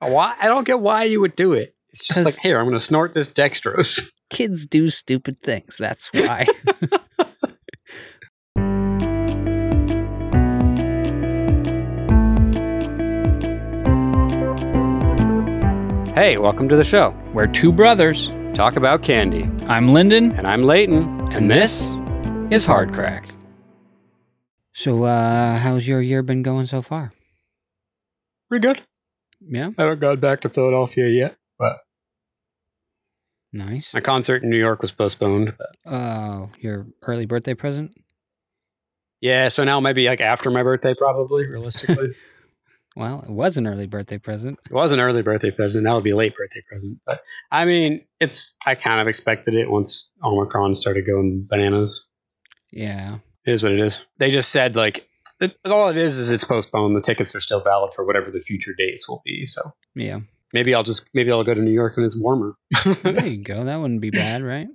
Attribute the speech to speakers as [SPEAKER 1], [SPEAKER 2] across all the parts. [SPEAKER 1] Why? I don't get why you would do it. It's just
[SPEAKER 2] 'Cause-
[SPEAKER 1] like, here, I'm going to snort this dextrose.
[SPEAKER 2] Kids do stupid things. That's why.
[SPEAKER 1] Hey, welcome to the show.
[SPEAKER 2] We're two brothers.
[SPEAKER 1] Talk about candy.
[SPEAKER 2] I'm Lyndon,
[SPEAKER 1] And I'm Leighton.
[SPEAKER 2] and this is Hard Crack. So, uh, how's your year been going so far?
[SPEAKER 1] Pretty good.
[SPEAKER 2] Yeah,
[SPEAKER 1] I haven't gone back to Philadelphia yet.
[SPEAKER 2] nice.
[SPEAKER 1] My concert in New York was postponed. but-
[SPEAKER 2] Oh, your early birthday present?
[SPEAKER 1] Yeah, so now maybe like after my birthday, probably, realistically. it
[SPEAKER 2] Well, it was an early birthday present.
[SPEAKER 1] was an early birthday present. That would be a late birthday present. But I mean, it's, I kind of expected it once Omicron started going bananas.
[SPEAKER 2] Yeah.
[SPEAKER 1] It is what it is. They just said like it, all it is is it's postponed. The tickets are still valid for whatever the future dates will be. So
[SPEAKER 2] Yeah.
[SPEAKER 1] maybe I'll just maybe I'll go to New York when it's warmer.
[SPEAKER 2] There you go. That wouldn't be bad, right?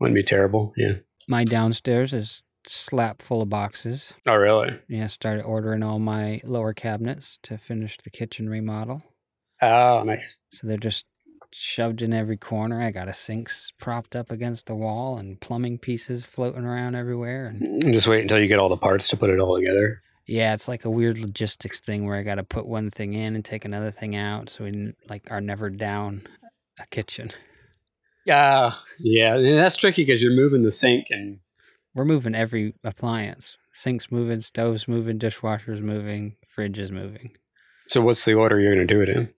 [SPEAKER 1] Wouldn't be terrible. Yeah.
[SPEAKER 2] My downstairs is slap full of boxes.
[SPEAKER 1] Oh really?
[SPEAKER 2] Yeah, started ordering all my lower cabinets to finish the kitchen remodel.
[SPEAKER 1] Oh nice.
[SPEAKER 2] So they're just shoved in every corner. I got a sink s- propped up against the wall and plumbing pieces floating around everywhere. And
[SPEAKER 1] Just wait until you get all the parts to put it all together.
[SPEAKER 2] yeah, it's like a weird logistics thing where I got to put one thing in and take another thing out, so we n- like are never down a kitchen.
[SPEAKER 1] Yeah. Ah, yeah. and That's tricky because you're moving the sink and
[SPEAKER 2] We're moving every appliance. Sinks moving, stoves moving, dishwashers moving, fridges moving.
[SPEAKER 1] so what's the order you're gonna do it in?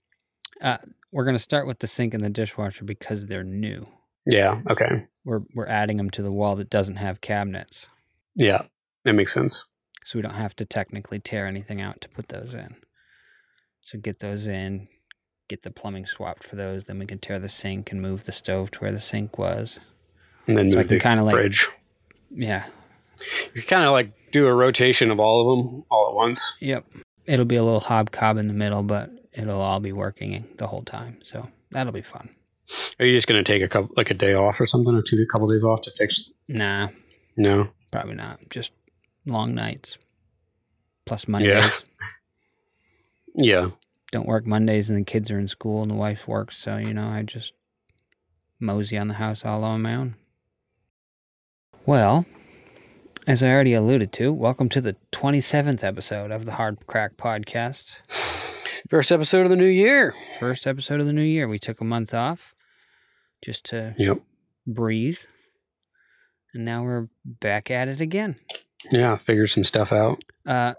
[SPEAKER 2] We're gonna start with the sink and the dishwasher because they're new.
[SPEAKER 1] Yeah. Okay.
[SPEAKER 2] We're we're adding them to the wall that doesn't have cabinets,
[SPEAKER 1] Yeah. That makes sense.
[SPEAKER 2] so we don't have to technically tear anything out to put those in. So get those in, get the plumbing swapped for those. Then we can tear the sink and move the stove to where the sink was.
[SPEAKER 1] And then
[SPEAKER 2] So I
[SPEAKER 1] move
[SPEAKER 2] can
[SPEAKER 1] the
[SPEAKER 2] kinda, like-
[SPEAKER 1] fridge.
[SPEAKER 2] Yeah.
[SPEAKER 1] You kind of like do a rotation of all of them all at once.
[SPEAKER 2] Yep. It'll be a little hobcob in the middle, but it'll all be working the whole time. So that'll be fun.
[SPEAKER 1] Are you just gonna take a couple like a day off or something or two a couple days off to fix
[SPEAKER 2] Nah,
[SPEAKER 1] No.
[SPEAKER 2] Probably not. Just long nights. Plus Mondays.
[SPEAKER 1] Yeah.
[SPEAKER 2] Don't work Mondays and the kids are in school and the wife works, so you know, I just mosey on the house all on my own. Well, as I already alluded to, welcome to the 27th episode of the Hard Crack Podcast.
[SPEAKER 1] First episode of the new year.
[SPEAKER 2] First episode of the new year. We took a month off just to
[SPEAKER 1] Yep.
[SPEAKER 2] breathe. And now we're back at it again.
[SPEAKER 1] Yeah. Figure some stuff out.
[SPEAKER 2] Uh,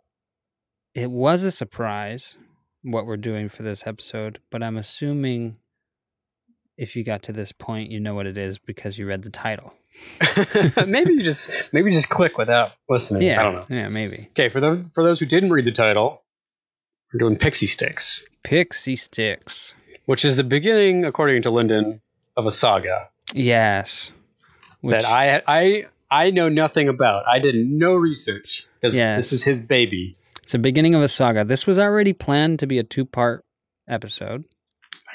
[SPEAKER 2] it was a surprise what we're doing for this episode, but I'm assuming if you got to this point, you know what it is because you read the title.
[SPEAKER 1] maybe you just maybe you just click without listening.
[SPEAKER 2] Yeah,
[SPEAKER 1] I don't know.
[SPEAKER 2] Yeah, maybe
[SPEAKER 1] Okay, for those for those who didn't read the title, we're doing Pixie Sticks,
[SPEAKER 2] pixie sticks.
[SPEAKER 1] which is the beginning, according to Lyndon, of a saga
[SPEAKER 2] Yes, Which-
[SPEAKER 1] that I I I know nothing about. I did no research because
[SPEAKER 2] Yes.
[SPEAKER 1] this is his baby.
[SPEAKER 2] it's the beginning of a saga. This was already planned to be a two-part episode.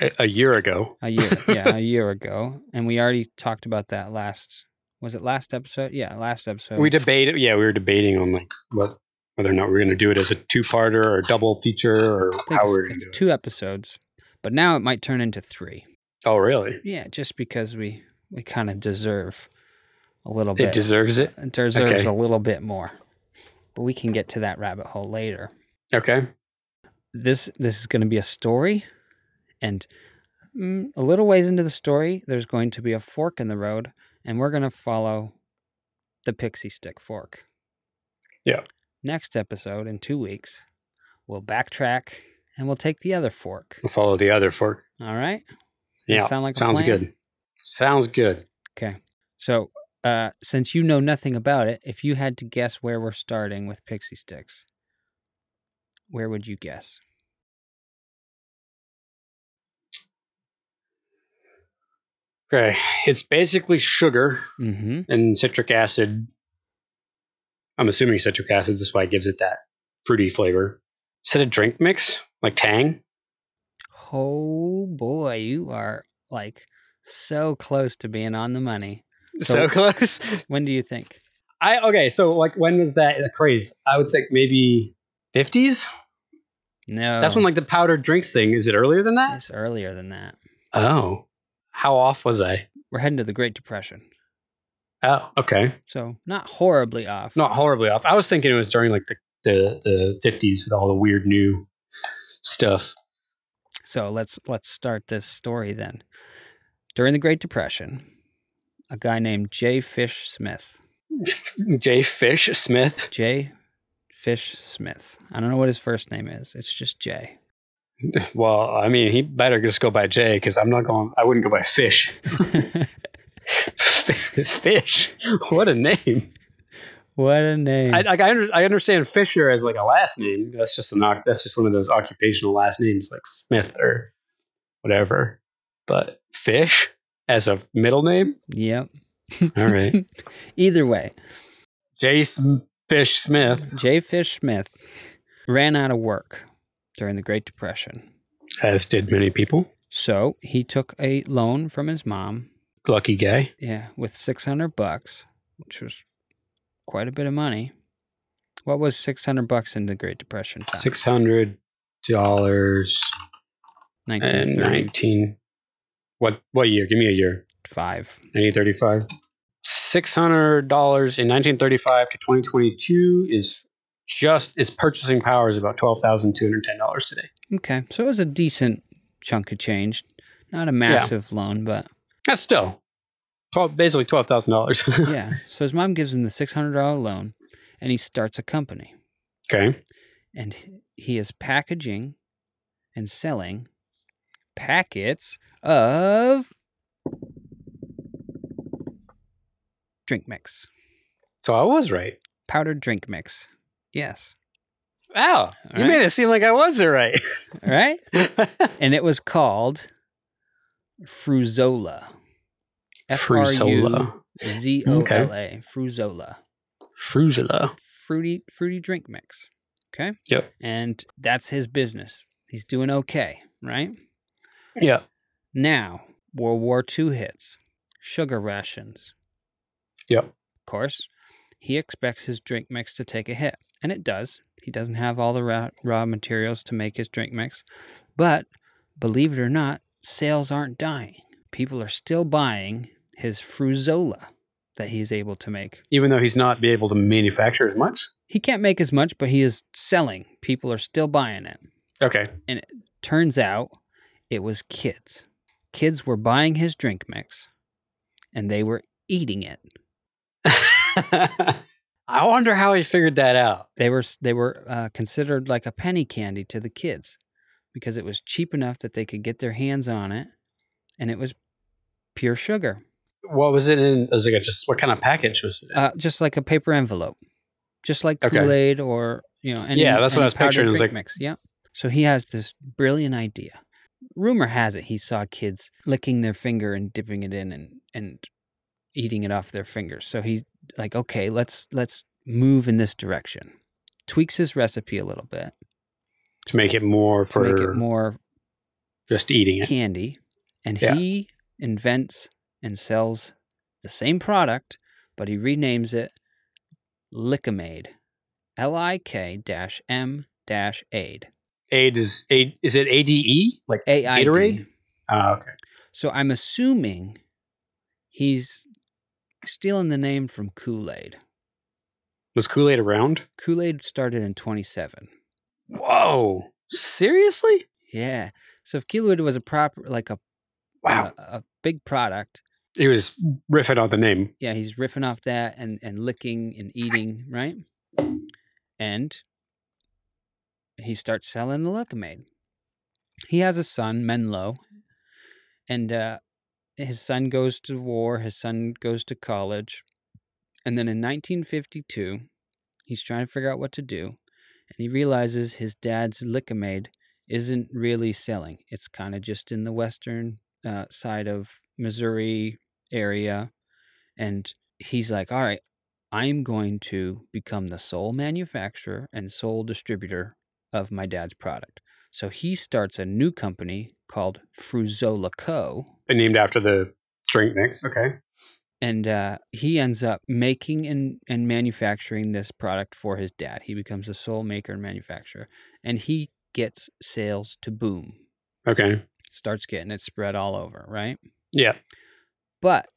[SPEAKER 1] A, a year ago,
[SPEAKER 2] a year yeah a year ago and we already talked about that last was it last episode yeah last episode
[SPEAKER 1] we debated. Yeah, we were debating on like what whether or not we we're going to do it as a two-parter or a double feature or
[SPEAKER 2] I think
[SPEAKER 1] how
[SPEAKER 2] it's,
[SPEAKER 1] we're going
[SPEAKER 2] it's
[SPEAKER 1] to do it.
[SPEAKER 2] two episodes but now it might turn into three
[SPEAKER 1] Oh, really?
[SPEAKER 2] yeah just because we we kind of deserve a little
[SPEAKER 1] It
[SPEAKER 2] bit
[SPEAKER 1] deserves it.
[SPEAKER 2] it deserves
[SPEAKER 1] okay.
[SPEAKER 2] a little bit more but we can get to that rabbit hole later
[SPEAKER 1] Okay.
[SPEAKER 2] this this is going to be a story and mm, a little ways into the story there's going to be a fork in the road and we're going to follow the pixie stick fork
[SPEAKER 1] Yeah.
[SPEAKER 2] next episode in two weeks we'll backtrack and we'll take the other fork
[SPEAKER 1] We'll follow the other fork.
[SPEAKER 2] all right Does that
[SPEAKER 1] Yeah.
[SPEAKER 2] sound like a
[SPEAKER 1] sounds
[SPEAKER 2] plan?
[SPEAKER 1] good. Sounds good.
[SPEAKER 2] so uh, since you know nothing about it if you had to guess where we're starting with pixie sticks where would you guess
[SPEAKER 1] Okay. It's basically sugar
[SPEAKER 2] mm-hmm
[SPEAKER 1] and citric acid. I'm assuming citric acid. That's why it gives it that fruity flavor. Is it a drink mix? Like Tang?
[SPEAKER 2] Oh boy, you are like so close to being on the money.
[SPEAKER 1] So,
[SPEAKER 2] So-
[SPEAKER 1] close.
[SPEAKER 2] When do you think?
[SPEAKER 1] I okay. So like, when was that a craze? I would think maybe 50s.
[SPEAKER 2] No.
[SPEAKER 1] That's when like the powdered drinks thing. Is it earlier than that?
[SPEAKER 2] It's earlier than that.
[SPEAKER 1] Oh, how off was I?
[SPEAKER 2] We're heading to the Great Depression.
[SPEAKER 1] Oh, okay,
[SPEAKER 2] So not horribly off.
[SPEAKER 1] not horribly off. I was thinking it was during like the the the fifties with all the weird new stuff.
[SPEAKER 2] So let's let's start this story then. During the Great Depression, a guy named J. Fish Smith.
[SPEAKER 1] J. Fish Smith.
[SPEAKER 2] J. Fish Smith. I don't know what his first name is. It's just J.
[SPEAKER 1] Well, I mean, he better just go by J because I'm not going. I wouldn't go by Fish. Fish. What a name.
[SPEAKER 2] what a name.
[SPEAKER 1] I like. I, under, I understand Fisher as like a last name. That's just an. oc- That's just one of those occupational last names like Smith or whatever. But Fish as a middle name.
[SPEAKER 2] yep.
[SPEAKER 1] All right.
[SPEAKER 2] Either way,
[SPEAKER 1] J. Sm- Fish Smith.
[SPEAKER 2] J. Fish Smith ran out of work during the Great Depression.
[SPEAKER 1] As did many people.
[SPEAKER 2] So he took a loan from his mom,
[SPEAKER 1] Lucky guy.
[SPEAKER 2] yeah, with 600 bucks, which was quite a bit of money. What was 600 bucks in the Great Depression time?
[SPEAKER 1] Six hundred dollars and
[SPEAKER 2] 1935.
[SPEAKER 1] nineteen. What what year? Give me a year. 1935. Six hundred dollars in 1935 to 2022 is just its purchasing power is about twelve thousand two hundred ten dollars today.
[SPEAKER 2] Okay. So it was a decent chunk of change. Not a massive loan, but
[SPEAKER 1] That's still twelve, basically twelve thousand dollars.
[SPEAKER 2] yeah. So his mom gives him the $600 loan and he starts a company.
[SPEAKER 1] Okay,
[SPEAKER 2] and h- he is packaging and selling packets of drink mix,
[SPEAKER 1] so I was right.
[SPEAKER 2] powdered drink mix. Yes.
[SPEAKER 1] Wow, you
[SPEAKER 2] All right.
[SPEAKER 1] made it seem like I was right.
[SPEAKER 2] All right. and it was called Fruzola. F R U
[SPEAKER 1] Fruzzola.
[SPEAKER 2] Z O L A. Fruzola.
[SPEAKER 1] Fruzzola.
[SPEAKER 2] Fruity fruity drink mix. Okay?
[SPEAKER 1] Yep.
[SPEAKER 2] And that's his business. He's doing okay, right?
[SPEAKER 1] Yeah.
[SPEAKER 2] Now, World War II hits, sugar rations.
[SPEAKER 1] Yep.
[SPEAKER 2] Of course, he expects his drink mix to take a hit, and it does. He doesn't have all the raw, raw materials to make his drink mix. But believe it or not, sales aren't dying. People are still buying his Fruzola that he's able to make.
[SPEAKER 1] Even though he's not be able to manufacture as much.
[SPEAKER 2] He can't make as much, but he is selling. People are still buying it.
[SPEAKER 1] Okay.
[SPEAKER 2] Turns out it was kids. Kids were buying his drink mix and they were eating it.
[SPEAKER 1] I wonder how he figured that out.
[SPEAKER 2] They were they were uh, considered like a penny candy to the kids because it was cheap enough that they could get their hands on it and it was pure sugar.
[SPEAKER 1] What was it in? It was like a just what kind of package was it? in?
[SPEAKER 2] Uh, just like a paper envelope. Just like
[SPEAKER 1] Okay.
[SPEAKER 2] Kool-Aid or, you know, any
[SPEAKER 1] Yeah, that's what
[SPEAKER 2] any
[SPEAKER 1] I was picturing.
[SPEAKER 2] powdered
[SPEAKER 1] It was
[SPEAKER 2] drink
[SPEAKER 1] like-
[SPEAKER 2] mix. Yeah. So he has this brilliant idea. Rumor has it he saw kids licking their finger and dipping it in and and eating it off their fingers. So he's like, okay, let's let's move in this direction. Tweaks his recipe a little bit
[SPEAKER 1] to make it more
[SPEAKER 2] to
[SPEAKER 1] for
[SPEAKER 2] make it more
[SPEAKER 1] just eating it.
[SPEAKER 2] candy, and
[SPEAKER 1] Yeah.
[SPEAKER 2] he invents and sells the same product, but he renames it Lickamade, L I K dash M dash aid,
[SPEAKER 1] Aid is aid. Is it ADE? Like
[SPEAKER 2] A I D.
[SPEAKER 1] Gatorade? oh, okay.
[SPEAKER 2] So I'm assuming he's stealing the name from Kool Aid.
[SPEAKER 1] Was Kool Aid around?
[SPEAKER 2] Kool Aid started in 27.
[SPEAKER 1] Whoa! Seriously?
[SPEAKER 2] Yeah. So if Kool Aid was a proper, like a,
[SPEAKER 1] Wow!
[SPEAKER 2] a, a big product,
[SPEAKER 1] He was riffing on the name.
[SPEAKER 2] yeah, he's riffing off that and and licking and eating, right? And he starts selling the Lucamade. He has a son, Menlo, and uh, his son goes to war. His son goes to college, and then in 1952, he's trying to figure out what to do, and he realizes his dad's Lucamade isn't really selling. It's kind of just in the western uh, side of Missouri area. And he's like, all right, I'm going to become the sole manufacturer and sole distributor of my dad's product. So he starts a new company called Fruzola Co.
[SPEAKER 1] And uh, named after the drink mix. Okay.
[SPEAKER 2] And uh, he ends up making and, and manufacturing this product for his dad. He becomes the sole maker and manufacturer. And he gets sales to boom.
[SPEAKER 1] Okay.
[SPEAKER 2] Starts getting it spread all over, right?
[SPEAKER 1] Yeah.
[SPEAKER 2] But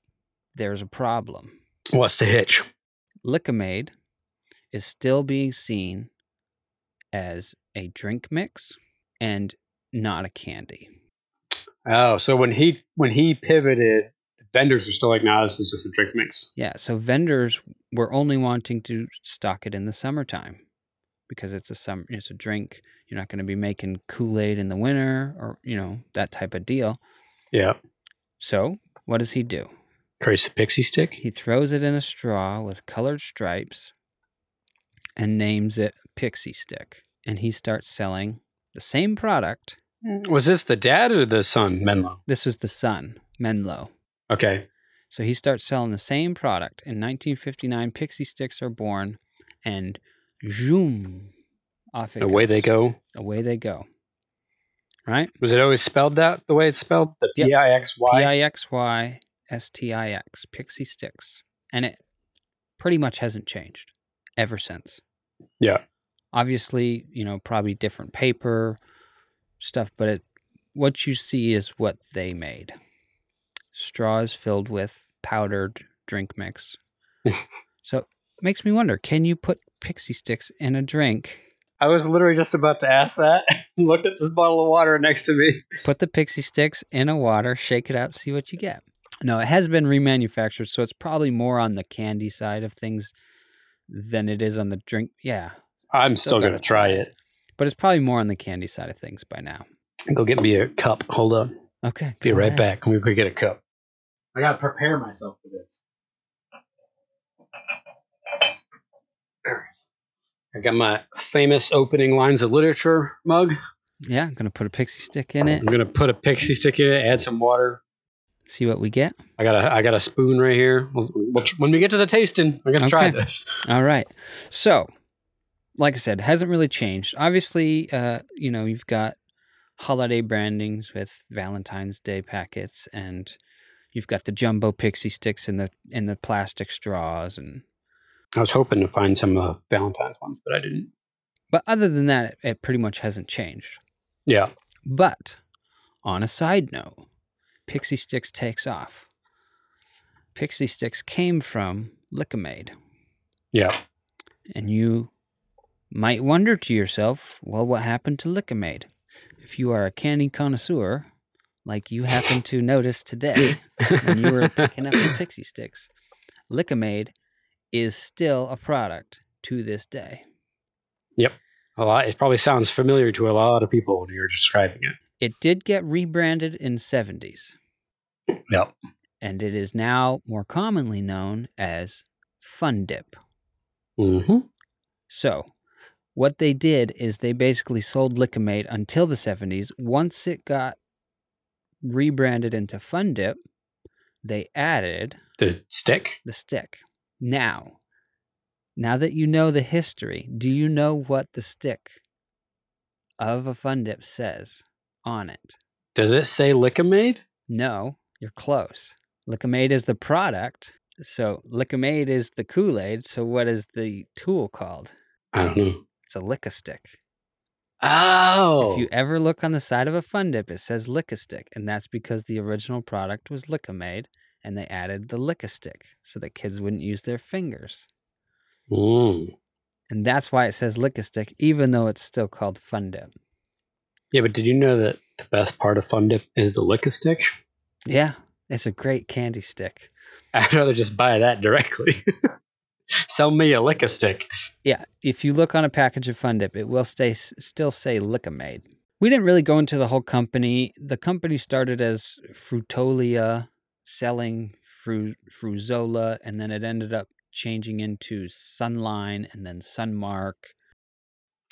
[SPEAKER 2] there's a problem.
[SPEAKER 1] What's the hitch?
[SPEAKER 2] Lickamade is still being seen as a drink mix and not a candy.
[SPEAKER 1] Oh, so when he when he pivoted, the vendors were still like, "Nah, this is just a drink mix."
[SPEAKER 2] Yeah, so vendors were only wanting to stock it in the summertime because it's a summer it's a drink. You're not going to be making Kool-Aid in the winter or, you know, that type of deal.
[SPEAKER 1] Yeah,
[SPEAKER 2] So, what does he do?
[SPEAKER 1] creates a pixie stick.
[SPEAKER 2] He throws it in a straw with colored stripes and names it Pixie Stick. And he starts selling the same product.
[SPEAKER 1] Was this the dad or the son, Menlo?
[SPEAKER 2] This was the son, Menlo.
[SPEAKER 1] Okay,
[SPEAKER 2] So he starts selling the same product. In 1959, Pixie Sticks are born and zoom off it
[SPEAKER 1] away
[SPEAKER 2] goes.
[SPEAKER 1] they go.
[SPEAKER 2] Away they go. Right?
[SPEAKER 1] Was it always spelled that the way it's spelled? The
[SPEAKER 2] Yep.
[SPEAKER 1] P I X
[SPEAKER 2] P
[SPEAKER 1] Y.
[SPEAKER 2] I X Y S T I X, Pixie Sticks. And it pretty much hasn't changed ever since.
[SPEAKER 1] Yeah.
[SPEAKER 2] Obviously, you know, probably different paper stuff, but it, what you see is what they made. Straws filled with powdered drink mix. so it makes me wonder can you put pixie sticks in a drink?
[SPEAKER 1] I was literally just about to ask that. Looked at this bottle of water next to me.
[SPEAKER 2] put the pixie sticks in a water, shake it up, see what you get. No, it has been remanufactured, so it's probably more on the candy side of things than it is on the drink. Yeah,
[SPEAKER 1] I'm
[SPEAKER 2] Still
[SPEAKER 1] still,
[SPEAKER 2] gotta
[SPEAKER 1] gonna try
[SPEAKER 2] try
[SPEAKER 1] it.
[SPEAKER 2] but it's probably more on the candy side of things by now.
[SPEAKER 1] Go get me a cup. Hold up.
[SPEAKER 2] Okay,
[SPEAKER 1] Be
[SPEAKER 2] go
[SPEAKER 1] right
[SPEAKER 2] ahead.
[SPEAKER 1] back. We could get a cup. I gotta prepare myself for this. I got my famous opening lines of literature mug.
[SPEAKER 2] Yeah, I'm gonna put a pixie stick in it,
[SPEAKER 1] I'm gonna put a pixie stick in it. Add some water.
[SPEAKER 2] see what we get.
[SPEAKER 1] I got a I got a spoon right here. We'll, we'll tr- when we get to the tasting, we're gonna try
[SPEAKER 2] Okay.
[SPEAKER 1] this.
[SPEAKER 2] All right, so like I said, hasn't really changed. Obviously, uh, you know, you've got holiday brandings with Valentine's Day packets, and you've got the jumbo pixie sticks in the in the plastic straws and
[SPEAKER 1] I was hoping to find some uh, Valentine's ones, but I didn't.
[SPEAKER 2] But other than that, it, it pretty much hasn't changed.
[SPEAKER 1] Yeah.
[SPEAKER 2] But on a side note, Pixie Sticks takes off. Pixie Sticks came from Lickamade.
[SPEAKER 1] Yeah.
[SPEAKER 2] And you might wonder to yourself, well, what happened to Lickamade? If you are a candy connoisseur, like you happened to notice today when you were picking up the Pixie Sticks, Lickamade is still a product to this day.
[SPEAKER 1] a lot. It probably sounds familiar to a lot of people when you're describing it.
[SPEAKER 2] It did get rebranded in 70s.
[SPEAKER 1] Yep.
[SPEAKER 2] And it is now more commonly known as Fun Dip.
[SPEAKER 1] Mm-hmm.
[SPEAKER 2] So, what they did is they basically sold Lickamate until the 70s. Once it got rebranded into Fun Dip, they added
[SPEAKER 1] The stick.
[SPEAKER 2] the stick. Now, now that you know the history, do you know what the stick of a Fun Dip says on it?
[SPEAKER 1] Does it say Lickamade?
[SPEAKER 2] No, you're close. Lickamade is the product. So Lickamade is the Kool Aid. So what is the tool called?
[SPEAKER 1] I don't know.
[SPEAKER 2] It's a lick a stick.
[SPEAKER 1] Oh.
[SPEAKER 2] If you ever look on the side of a fun dip, it says lick a stick. And that's because the original product was Lickamade and they added the lick a stick so that kids wouldn't use their fingers.
[SPEAKER 1] Mm.
[SPEAKER 2] And that's why it says lick a stick, even though it's still called fun dip.
[SPEAKER 1] Yeah, but did you know that the best part of Fun Dip is the lick a stick?
[SPEAKER 2] Yeah, it's a great candy stick.
[SPEAKER 1] I'd rather just buy that directly. Sell me a lick a stick.
[SPEAKER 2] Yeah, if you look on a package of Fun Dip, it will stay s- still say Lickamade. We didn't really go into the whole company. The company started as Fruitolia, selling Fru- Fruzola, and then it ended up changing into Sunline and then Sunmark.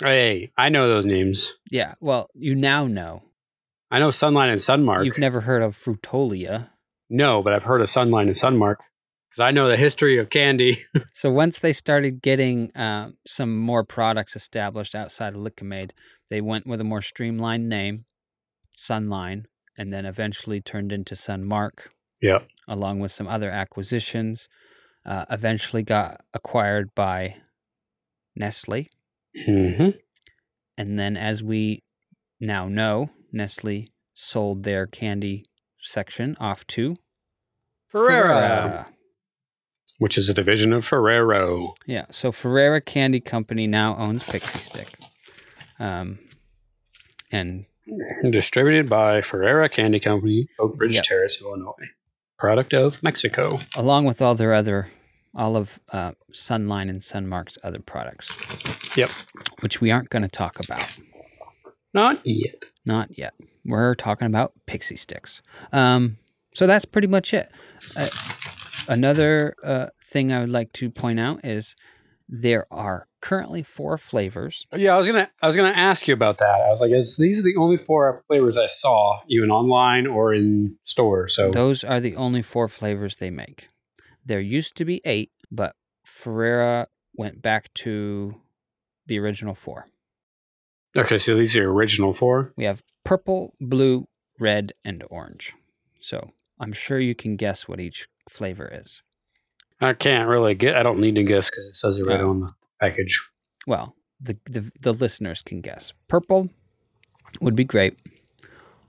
[SPEAKER 1] Hey, I know those names.
[SPEAKER 2] Yeah, well, you now know.
[SPEAKER 1] I know Sunline and Sunmark.
[SPEAKER 2] You've never heard of Fruitolia.
[SPEAKER 1] no, but I've heard of Sunline and Sunmark because I know the history of candy.
[SPEAKER 2] So once they started getting uh, some more products established outside of Lickamade, they went with a more streamlined name, Sunline, and then eventually turned into Sunmark,
[SPEAKER 1] Yep.
[SPEAKER 2] along with some other acquisitions. Uh, eventually got acquired by Nestle,
[SPEAKER 1] Mm-hmm.
[SPEAKER 2] and then as we now know Nestle sold their candy section off to
[SPEAKER 1] Ferrera, which is a division of Ferrero.
[SPEAKER 2] Yeah, so Ferrera Candy Company now owns Pixie Stick. Um, and
[SPEAKER 1] Distributed by Ferrera Candy Company, Oak Ridge
[SPEAKER 2] Yep.
[SPEAKER 1] Terrace, Illinois. Product of Mexico.
[SPEAKER 2] along with all their other, all of uh, Sunline and Sunmark's other products.
[SPEAKER 1] Yep.
[SPEAKER 2] Which we aren't going to talk about.
[SPEAKER 1] Not yet.
[SPEAKER 2] Not yet. We're talking about pixie sticks. Um, so that's pretty much it. Uh, another uh, thing I would like to point out is there are currently four flavors.
[SPEAKER 1] Yeah, I was gonna I was gonna ask you about that. I was like, is, these are the only four flavors I saw, even online or in store. So
[SPEAKER 2] Those are the only four flavors they make. There used to be eight, but Ferrera went back to the original four.
[SPEAKER 1] okay, so these are original four.
[SPEAKER 2] We have purple, blue, red, and orange. So I'm sure you can guess what each flavor is.
[SPEAKER 1] I can't really get. I don't need to guess because it says it right
[SPEAKER 2] Yeah.
[SPEAKER 1] on the package.
[SPEAKER 2] well, the, the the listeners can guess. Purple would be grape.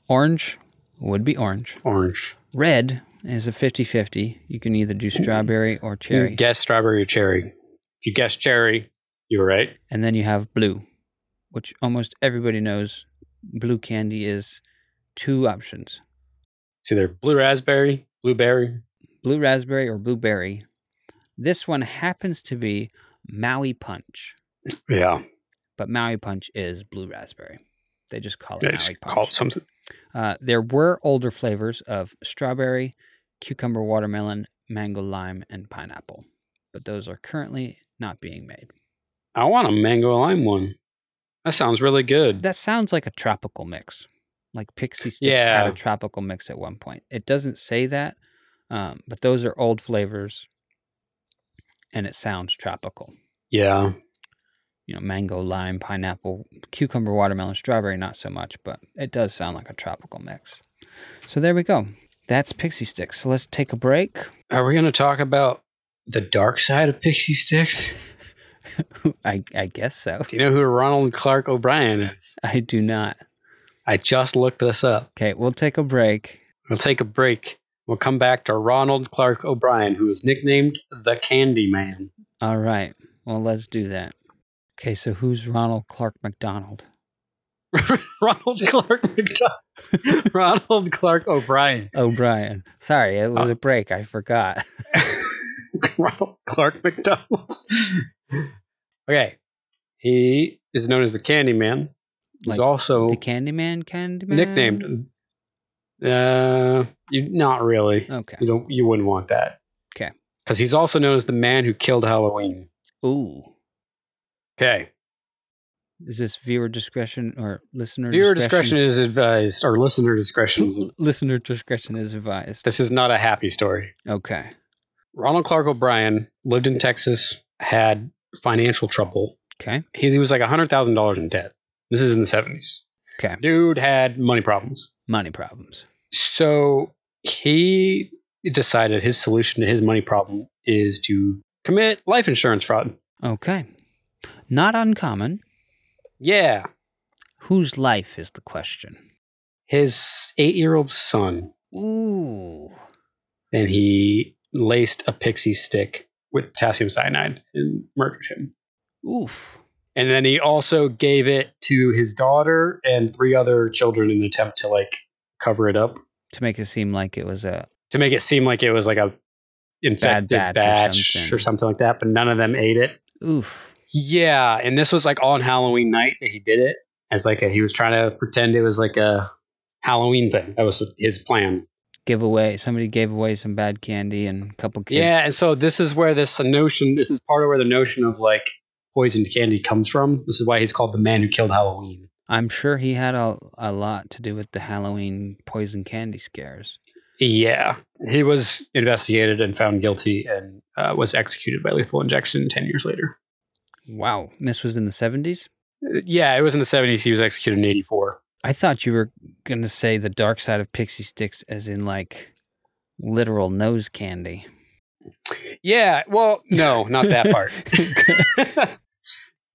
[SPEAKER 2] Orange would be orange.
[SPEAKER 1] Orange.
[SPEAKER 2] Red is a 50-50. You can either do strawberry or
[SPEAKER 1] You
[SPEAKER 2] cherry.
[SPEAKER 1] guess strawberry or cherry. If you guess cherry, you were right.
[SPEAKER 2] And then you have blue, which almost everybody knows blue candy is two options.
[SPEAKER 1] It's either blue raspberry, blueberry.
[SPEAKER 2] Blue raspberry or blueberry. This one happens to be Maui Punch,
[SPEAKER 1] Yeah,
[SPEAKER 2] but Maui Punch is blue raspberry. They just call it
[SPEAKER 1] they
[SPEAKER 2] Maui
[SPEAKER 1] just
[SPEAKER 2] Punch.
[SPEAKER 1] call it something.
[SPEAKER 2] Uh, there were older flavors of strawberry, cucumber, watermelon, mango, lime, and pineapple, but those are currently not being made.
[SPEAKER 1] I want a mango lime one. That sounds really good.
[SPEAKER 2] That sounds like a tropical mix, like Pixie Stick
[SPEAKER 1] Yeah.
[SPEAKER 2] had a tropical mix at one point. It doesn't say that, um, but those are old flavors, and it sounds tropical.
[SPEAKER 1] Yeah,
[SPEAKER 2] You know, mango, lime, pineapple, cucumber, watermelon, strawberry, not so much, but it does sound like a tropical mix. So there we go. That's Pixie Stick. So let's take a break.
[SPEAKER 1] are we going to talk about the dark side of pixie sticks?
[SPEAKER 2] I, I guess so.
[SPEAKER 1] Do you know who Ronald Clark O'Brien is?
[SPEAKER 2] I do not.
[SPEAKER 1] I just looked this up.
[SPEAKER 2] Okay, we'll take a break.
[SPEAKER 1] We'll take a break. We'll come back to Ronald Clark O'Brien, who is nicknamed the Candy Man.
[SPEAKER 2] All right. Well, let's do that. Okay, so who's Ronald Clark McDonald?
[SPEAKER 1] Ronald Clark McDonald. Ronald Clark O'Brien.
[SPEAKER 2] O'Brien. Oh, Sorry, it
[SPEAKER 1] Uh,
[SPEAKER 2] was a break. I forgot.
[SPEAKER 1] Ronald Clark McDonald. okay. He is known as the Candy Man.
[SPEAKER 2] Like
[SPEAKER 1] He's also
[SPEAKER 2] The Candyman, Candyman.
[SPEAKER 1] nicknamed. Uh, you, not really.
[SPEAKER 2] Okay.
[SPEAKER 1] You don't. You wouldn't want that.
[SPEAKER 2] 'Kay.
[SPEAKER 1] Because he's also known as the man who killed Halloween.
[SPEAKER 2] Ooh,
[SPEAKER 1] Okay.
[SPEAKER 2] is this viewer discretion or listener?
[SPEAKER 1] Viewer discretion is advised, or listener discretion is.
[SPEAKER 2] listener discretion is advised.
[SPEAKER 1] This is not a happy story.
[SPEAKER 2] Okay.
[SPEAKER 1] Ronald Clark O'Brien lived in Texas, had financial trouble.
[SPEAKER 2] Okay.
[SPEAKER 1] He, he was like hundred thousand dollars in debt. This is in the seventies.
[SPEAKER 2] Okay.
[SPEAKER 1] Dude had money problems,
[SPEAKER 2] Money problems.
[SPEAKER 1] so he decided his solution to his money problem is to commit life insurance fraud.
[SPEAKER 2] Okay. Not uncommon.
[SPEAKER 1] Yeah,
[SPEAKER 2] Whose life is the question?
[SPEAKER 1] his eight-year-old son
[SPEAKER 2] Ooh.
[SPEAKER 1] and he laced a pixie stick with potassium cyanide and murdered him.
[SPEAKER 2] Oof.
[SPEAKER 1] And then he also gave it to his daughter and three other children in an attempt to like cover it up
[SPEAKER 2] to make it seem like it was a
[SPEAKER 1] to make it seem like it was like a infected
[SPEAKER 2] batch or
[SPEAKER 1] batch, or,
[SPEAKER 2] something.
[SPEAKER 1] something. like that. But none of them ate it.
[SPEAKER 2] oof.
[SPEAKER 1] Yeah, and this was like on Halloween night that he did it as like a, he was trying to pretend it was like a Halloween thing. That was his plan.
[SPEAKER 2] Giveaway. Somebody gave away some bad candy, and a couple kids.
[SPEAKER 1] Yeah, and so this is where this notion, this is part of where the notion of like poisoned candy comes from. This is why he's called the man who killed Halloween.
[SPEAKER 2] I'm sure he had a, a lot to do with the Halloween poison candy scares.
[SPEAKER 1] Yeah, he was investigated and found guilty and uh, was executed by lethal injection 10 years later.
[SPEAKER 2] Wow. This was in the 70s.
[SPEAKER 1] Uh, Yeah, it was in the 70s. He was executed in 84.
[SPEAKER 2] I thought you were gonna say the dark side of pixie sticks, as in like literal nose candy.
[SPEAKER 1] Yeah, well, no, not that part.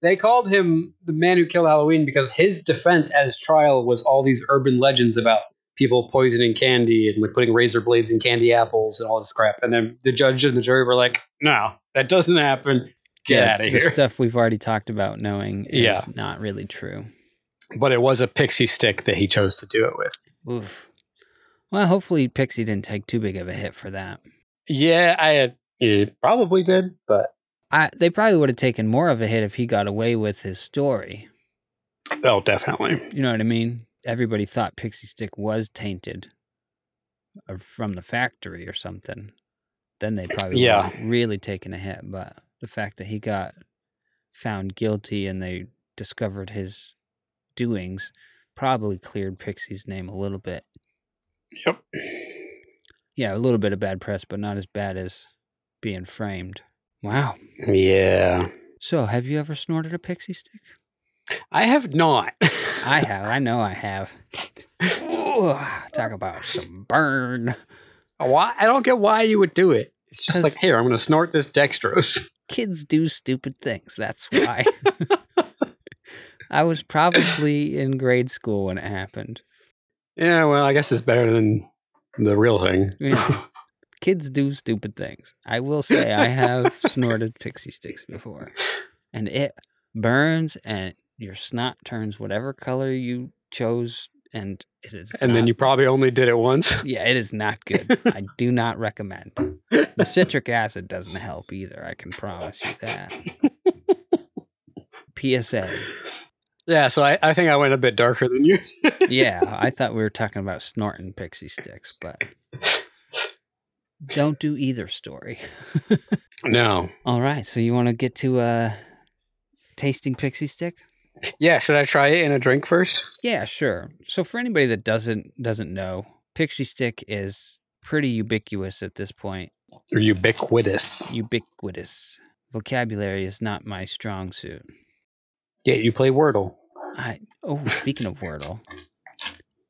[SPEAKER 1] They called him the man who killed Halloween because his defense at his trial was all these urban legends about people poisoning candy and like putting razor blades in candy apples and all this crap. And then the judge and the jury were like, "No, that doesn't happen. Get
[SPEAKER 2] Yeah,
[SPEAKER 1] out of
[SPEAKER 2] The
[SPEAKER 1] here."
[SPEAKER 2] stuff we've already talked about knowing is
[SPEAKER 1] Yeah.
[SPEAKER 2] not really true.
[SPEAKER 1] But it was a pixie stick that he chose to do it with.
[SPEAKER 2] Oof. Well, hopefully Pixie didn't take too big of a hit for that.
[SPEAKER 1] Yeah, I uh, it probably did, but
[SPEAKER 2] I, they probably would have taken more of a hit if he got away with his story.
[SPEAKER 1] oh, definitely.
[SPEAKER 2] You know what I mean? Everybody thought Pixie Stick was tainted or from the factory or something. Then they probably
[SPEAKER 1] Yeah.
[SPEAKER 2] would have really taken a hit. But the fact that he got found guilty and they discovered his doings probably cleared Pixie's name a little bit.
[SPEAKER 1] Yep.
[SPEAKER 2] Yeah, a little bit of bad press, but not as bad as being framed. Wow.
[SPEAKER 1] Yeah,
[SPEAKER 2] So, have you ever snorted a pixie stick?
[SPEAKER 1] I have not.
[SPEAKER 2] I have. I know I have. Ooh, talk about some burn.
[SPEAKER 1] why? I don't get why you would do it. It's just
[SPEAKER 2] 'Cause-
[SPEAKER 1] like here, I'm going to snort this dextrose.
[SPEAKER 2] Kids do stupid things. That's why. I was probably in grade school when it happened.
[SPEAKER 1] yeah, well, I guess it's better than the real thing.
[SPEAKER 2] Yeah. Kids do stupid things. I will say I have snorted pixie sticks before, and it burns, and your snot turns whatever color you chose, and it is.
[SPEAKER 1] and then
[SPEAKER 2] not
[SPEAKER 1] you probably only did it once.
[SPEAKER 2] Yeah, it is not good. I do not recommend. The citric acid doesn't help either. I can promise you that. PSA.
[SPEAKER 1] Yeah, so I, I think I went a bit darker than you.
[SPEAKER 2] Yeah, I thought we were talking about snorting pixie sticks, but don't do either story.
[SPEAKER 1] No.
[SPEAKER 2] All right, so you want to get to uh tasting pixie stick?
[SPEAKER 1] Yeah, should I try it in a drink first?
[SPEAKER 2] Yeah, sure. So for anybody that doesn't doesn't know, pixie stick is pretty ubiquitous at this point.
[SPEAKER 1] Or ubiquitous.
[SPEAKER 2] Ubiquitous. Vocabulary is not my strong suit.
[SPEAKER 1] yeah, you play Wordle.
[SPEAKER 2] I oh, speaking of Wordle,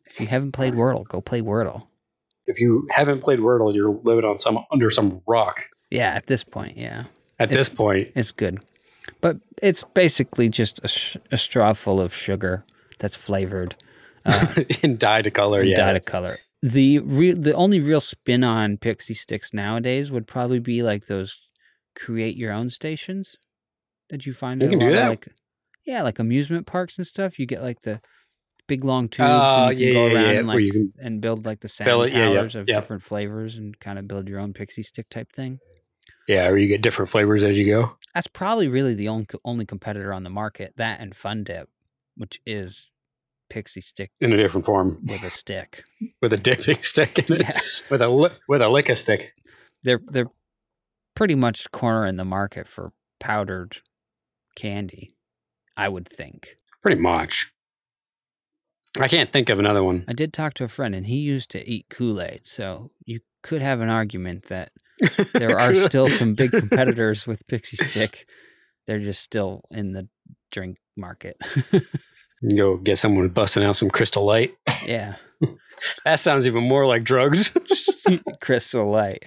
[SPEAKER 2] if you haven't played Wordle, go play Wordle.
[SPEAKER 1] If you haven't played Wordle, you're living on some under some rock
[SPEAKER 2] Yeah, at this point, yeah,
[SPEAKER 1] at
[SPEAKER 2] It's-
[SPEAKER 1] this point.
[SPEAKER 2] it's good, but it's basically just a, sh- a straw full of sugar that's flavored uh,
[SPEAKER 1] and dye to color,
[SPEAKER 2] and
[SPEAKER 1] Oh, yeah.
[SPEAKER 2] dyed a color. The re- the only real spin on pixie sticks nowadays would probably be like those create your own stations that you find
[SPEAKER 1] You
[SPEAKER 2] at
[SPEAKER 1] can
[SPEAKER 2] a
[SPEAKER 1] do
[SPEAKER 2] lot
[SPEAKER 1] that.
[SPEAKER 2] of like yeah, like amusement parks and stuff. You get like the big long tubes
[SPEAKER 1] Oh,
[SPEAKER 2] and you
[SPEAKER 1] yeah,
[SPEAKER 2] can go
[SPEAKER 1] yeah,
[SPEAKER 2] around
[SPEAKER 1] yeah,
[SPEAKER 2] and
[SPEAKER 1] where
[SPEAKER 2] like
[SPEAKER 1] you can
[SPEAKER 2] and build like the sound
[SPEAKER 1] Fill it, yeah, yeah,
[SPEAKER 2] towers of
[SPEAKER 1] yeah.
[SPEAKER 2] different flavors and kind of build your own pixie stick type thing.
[SPEAKER 1] Yeah, or you get different flavors as you go.
[SPEAKER 2] That's probably really the only, only competitor on the market. That and Fun Dip, which is pixie stick
[SPEAKER 1] In a different form.
[SPEAKER 2] with a stick.
[SPEAKER 1] With a dipping stick in it.
[SPEAKER 2] Yeah.
[SPEAKER 1] With a li- with a lick a stick.
[SPEAKER 2] They're they're pretty much cornering the market for powdered candy, I would think.
[SPEAKER 1] Pretty much. I can't think of another one.
[SPEAKER 2] I did talk to a friend and he used to eat Kool-Aid, so you could have an argument that there are still some big competitors with Pixie Stick. They're just still in the drink market.
[SPEAKER 1] You can go get someone busting out some crystal light.
[SPEAKER 2] yeah.
[SPEAKER 1] That sounds even more like drugs.
[SPEAKER 2] crystal light.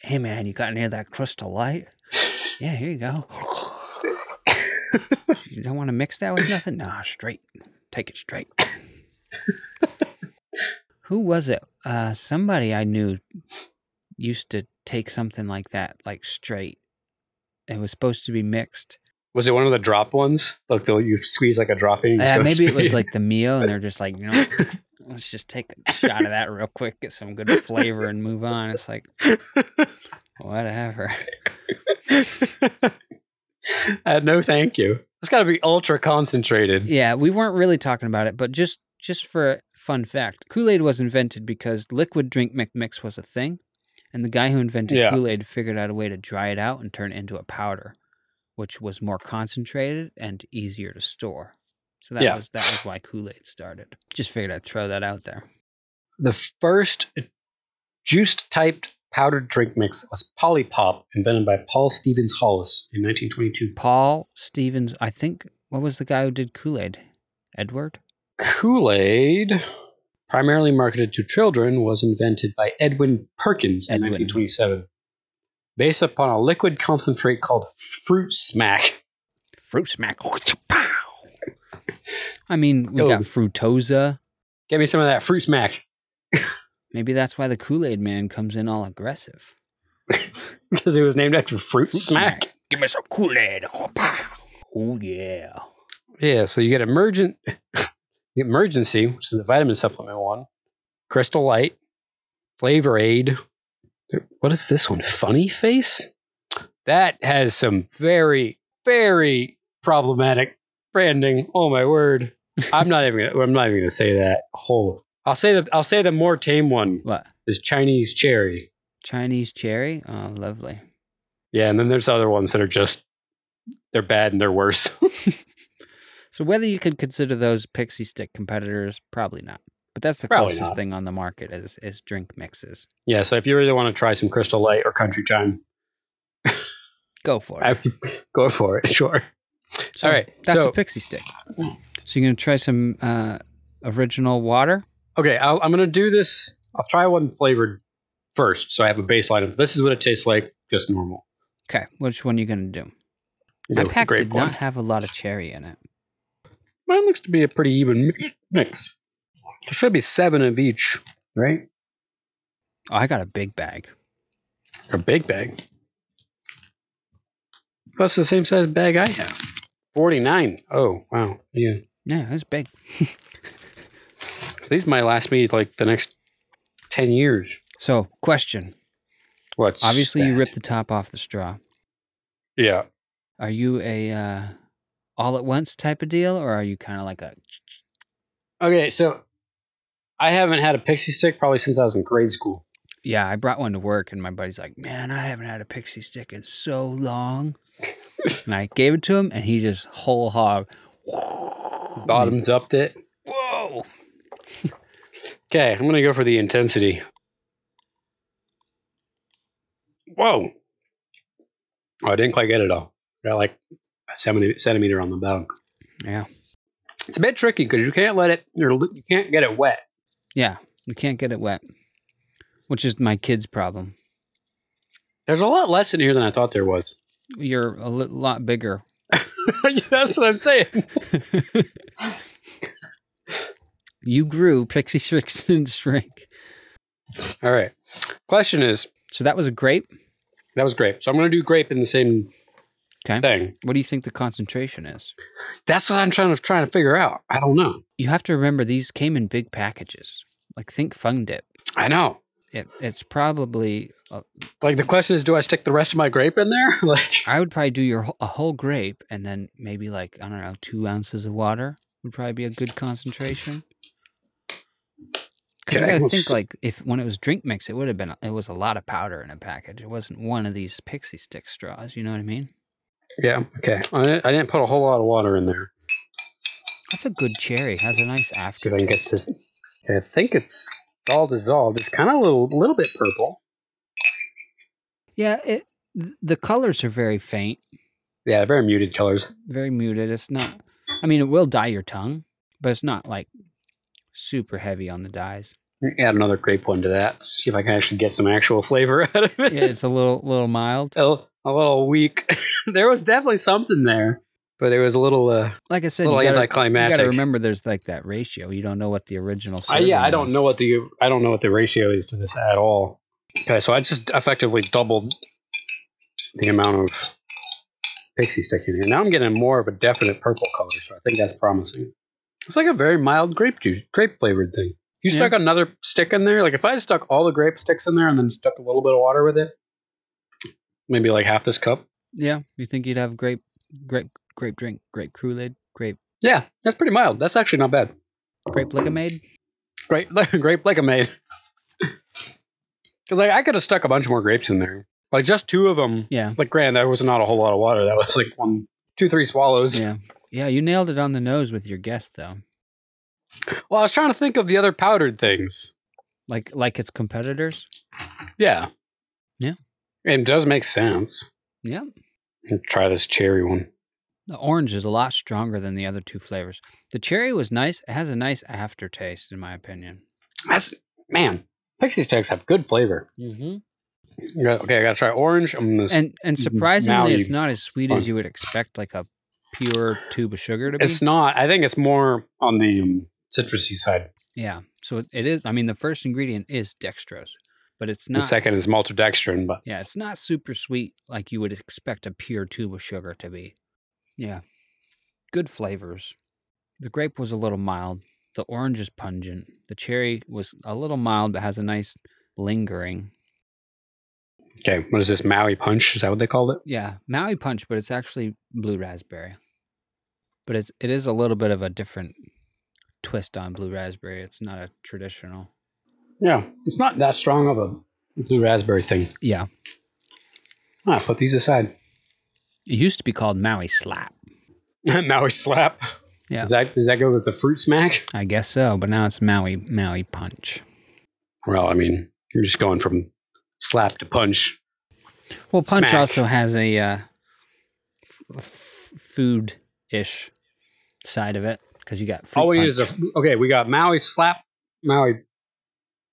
[SPEAKER 2] Hey man, you got any of that crystal light? Yeah, here you go. you don't want to mix that with nothing? Nah, straight. Take it straight. Who was it? Uh, somebody I knew used to take something like that, like straight. It was supposed to be mixed.
[SPEAKER 1] Was it one of the drop ones? Like the, you squeeze like a drop in. and just
[SPEAKER 2] Uh,
[SPEAKER 1] go
[SPEAKER 2] maybe it was
[SPEAKER 1] straight.
[SPEAKER 2] like the Mio, and they're just like, you know, let's just take a shot of that real quick, get some good flavor, and move on. It's like, whatever.
[SPEAKER 1] Uh, no, thank you. It's got to be ultra concentrated.
[SPEAKER 2] Yeah, we weren't really talking about it, but just just for a fun fact, Kool Aid was invented because liquid drink mi- mix was a thing, and the guy who invented
[SPEAKER 1] Yeah.
[SPEAKER 2] Kool Aid figured out a way to dry it out and turn it into a powder, which was more concentrated and easier to store. So that
[SPEAKER 1] Yeah.
[SPEAKER 2] was that was why Kool Aid started. Just figured I'd throw that out there.
[SPEAKER 1] The first juiced typed powdered drink mix was Polly Pop, invented by Paul Stevens Hollis in 1922.
[SPEAKER 2] Paul Stevens, I think, what was the guy who did Kool Aid? Edward.
[SPEAKER 1] Kool Aid, primarily marketed to children, was invented by Edwin Perkins in
[SPEAKER 2] Edwin.
[SPEAKER 1] 1927, based upon a liquid concentrate called Fruit Smack.
[SPEAKER 2] Fruit smack. I mean, we
[SPEAKER 1] Yo.
[SPEAKER 2] got Fruitosa.
[SPEAKER 1] Get me some of that fruit smack.
[SPEAKER 2] Maybe that's why the Kool Aid Man comes in all aggressive.
[SPEAKER 1] Because it was named after Fruit, smack.
[SPEAKER 2] Give me some Kool Aid. Oh, yeah.
[SPEAKER 1] Yeah, so you get emergent emergency, which is the vitamin supplement one, crystal light, flavor aid. What is this one? Funny face? That has some very, very problematic branding. Oh my word. I'm not even gonna, I'm not even gonna say that whole I'll say the I'll say the more tame one
[SPEAKER 2] What?
[SPEAKER 1] is Chinese cherry.
[SPEAKER 2] Chinese cherry? Oh, lovely.
[SPEAKER 1] Yeah, and then there's other ones that are just they're bad and they're worse.
[SPEAKER 2] So, whether you could consider those pixie stick competitors, probably not. But that's the
[SPEAKER 1] Probably
[SPEAKER 2] closest
[SPEAKER 1] not.
[SPEAKER 2] thing on the market is, is drink mixes.
[SPEAKER 1] yeah, so if you really want to try some crystal light or country time,
[SPEAKER 2] Go for it.
[SPEAKER 1] I would go for it, sure.
[SPEAKER 2] So
[SPEAKER 1] all right,
[SPEAKER 2] That's
[SPEAKER 1] so-
[SPEAKER 2] a pixie stick. So, you're going to try some uh, original water?
[SPEAKER 1] Okay, I'll, I'm going to do this. I'll try one flavored first, so I have a baseline of this is what it tastes like, just normal.
[SPEAKER 2] Okay. Which one you going to do?
[SPEAKER 1] Go
[SPEAKER 2] My
[SPEAKER 1] with the
[SPEAKER 2] pack
[SPEAKER 1] grape
[SPEAKER 2] did
[SPEAKER 1] one.
[SPEAKER 2] not have a lot of cherry in it.
[SPEAKER 1] Mine looks to be a pretty even mi- mix. There should be seven of each, right?
[SPEAKER 2] Oh, I got a big bag.
[SPEAKER 1] A big bag. That's the same size bag I have. Forty-nine. Oh wow, yeah.
[SPEAKER 2] Yeah, it's big.
[SPEAKER 1] These might last me like the next ten years.
[SPEAKER 2] So, question.
[SPEAKER 1] What's
[SPEAKER 2] Obviously, you
[SPEAKER 1] that?
[SPEAKER 2] ripped the top off the straw.
[SPEAKER 1] Yeah.
[SPEAKER 2] Are you a uh, all at once type of deal, or are you kind of like a?
[SPEAKER 1] Okay, so I haven't had a pixie stick probably since I was in grade school.
[SPEAKER 2] Yeah, I brought one to work, and my buddy's like, "Man, I haven't had a pixie stick in so long." and I gave it to him, and he just whole hog.
[SPEAKER 1] Bottoms upped it.
[SPEAKER 2] Whoa!
[SPEAKER 1] Okay, I'm gonna go for the intensity. Whoa! Oh, I didn't quite get it all. Got like a centimeter, centimeter on the bone.
[SPEAKER 2] Yeah,
[SPEAKER 1] It's a bit tricky because you can't let it. Or li- you can't get it wet.
[SPEAKER 2] yeah. You can't get it wet, which is my kid's problem.
[SPEAKER 1] There's a lot less in here than I thought there was.
[SPEAKER 2] You're a li- lot bigger.
[SPEAKER 1] That's what I'm saying.
[SPEAKER 2] You grew pixie sticks and shrink.
[SPEAKER 1] All right. Question is,
[SPEAKER 2] So that was a grape.
[SPEAKER 1] that was grape. So I'm gonna do grape in the same
[SPEAKER 2] Okay.
[SPEAKER 1] thing.
[SPEAKER 2] What do you think the concentration is?
[SPEAKER 1] That's what I'm trying to trying to figure out. I don't know.
[SPEAKER 2] you have to remember these came in big packages. Like think Fun Dip.
[SPEAKER 1] I know.
[SPEAKER 2] It, it's probably uh,
[SPEAKER 1] Like the question is, do I stick the rest of my grape in there? like,
[SPEAKER 2] I would probably do your wh- a whole grape and then maybe like I don't know two ounces of water would probably be a good concentration. Because
[SPEAKER 1] Okay,
[SPEAKER 2] I gotta
[SPEAKER 1] we'll
[SPEAKER 2] think
[SPEAKER 1] s-
[SPEAKER 2] like if when it was drink mix, it would have been it was a lot of powder in a package. It wasn't one of these pixie stick straws. You know what I mean?
[SPEAKER 1] yeah. Okay. I didn't- I didn't put a whole lot of water in there.
[SPEAKER 2] That's a good cherry. Has a nice
[SPEAKER 1] See if I can get
[SPEAKER 2] aftertaste.
[SPEAKER 1] this. Okay, I think it's all dissolved. It's kind of a little, little bit purple.
[SPEAKER 2] Yeah, it th- the colors are very faint.
[SPEAKER 1] Yeah, very muted colors.
[SPEAKER 2] very muted. It's not. I mean, it will dye your tongue, but it's not like super heavy on the dyes.
[SPEAKER 1] Add another grape one to that. See if I can actually get some actual flavor out of it.
[SPEAKER 2] Yeah, it's a little little mild.
[SPEAKER 1] a, a little weak. there was definitely something there, but it was a little, uh,
[SPEAKER 2] Like I said, you
[SPEAKER 1] little
[SPEAKER 2] gotta, you
[SPEAKER 1] anticlimactic.
[SPEAKER 2] gotta remember there's like that ratio. You don't know what the original.
[SPEAKER 1] I, yeah,
[SPEAKER 2] serving
[SPEAKER 1] I don't
[SPEAKER 2] was.
[SPEAKER 1] know what the I don't know what the ratio is to this at all. Okay, so I just effectively doubled the amount of pixie stick in here. Now I'm getting more of a definite purple color, so I think that's promising. It's like a very mild grape juice, grape flavored thing. If you
[SPEAKER 2] Yeah.
[SPEAKER 1] stuck another stick in there, like if I had stuck all the grape sticks in there and then stuck a little bit of water with it, maybe like half this cup.
[SPEAKER 2] Yeah, you think you'd have grape, grape, grape drink, grape Kool-Aid, grape,
[SPEAKER 1] Yeah, that's pretty mild. That's actually not bad.
[SPEAKER 2] grape ligamade.
[SPEAKER 1] Great, grape like a maid. Because like I could have stuck a bunch more grapes in there, like just two of them.
[SPEAKER 2] Yeah,
[SPEAKER 1] Like, grand, that was not a whole lot of water. That was like one, two, three swallows.
[SPEAKER 2] yeah, yeah. You nailed it on the nose with your guess though.
[SPEAKER 1] Well, I was trying to think of the other powdered things.
[SPEAKER 2] Like like its competitors.
[SPEAKER 1] Yeah.
[SPEAKER 2] Yeah.
[SPEAKER 1] It does make sense.
[SPEAKER 2] Yeah,
[SPEAKER 1] And try this cherry one.
[SPEAKER 2] the orange is a lot stronger than the other two flavors. The cherry was nice. It has a nice aftertaste, in my opinion.
[SPEAKER 1] That's man. Pixie sticks have good flavor.
[SPEAKER 2] Mm-hmm.
[SPEAKER 1] Yeah, Okay, I gotta try orange. I'm gonna.
[SPEAKER 2] and and surprisingly, it's
[SPEAKER 1] you-
[SPEAKER 2] not as sweet
[SPEAKER 1] Fun.
[SPEAKER 2] as you would expect, like a pure tube of sugar to be?
[SPEAKER 1] It's not. I think it's more on the um, citrusy side.
[SPEAKER 2] yeah. So it, it is. I mean, the first ingredient is dextrose, but it's not.
[SPEAKER 1] The second is maltodextrin, but
[SPEAKER 2] Yeah, it's not super sweet like you would expect a pure tube of sugar to be. Yeah. Good flavors. The grape was a little mild. The orange is pungent. The cherry was a little mild but has a nice lingering.
[SPEAKER 1] okay. What is this Maui Punch? Is that what they called it?
[SPEAKER 2] Yeah, Maui punch, but it's actually blue raspberry. But it's it is a little bit of a different twist on blue raspberry. It's not a traditional.
[SPEAKER 1] Yeah, it's not that strong of a blue raspberry thing.
[SPEAKER 2] Yeah.
[SPEAKER 1] Ah, put these aside.
[SPEAKER 2] It used to be called Maui slap.
[SPEAKER 1] Maui slap.
[SPEAKER 2] Yeah.
[SPEAKER 1] Does that does that go with the fruit smack?
[SPEAKER 2] I guess so, but now it's Maui Maui punch.
[SPEAKER 1] Well, I mean, you're just going from slap to punch.
[SPEAKER 2] Well, punch
[SPEAKER 1] Smack.
[SPEAKER 2] also has a uh, f- food ish side of it because you got fruit
[SPEAKER 1] All we
[SPEAKER 2] punch.
[SPEAKER 1] need is a okay. We got Maui slap, Maui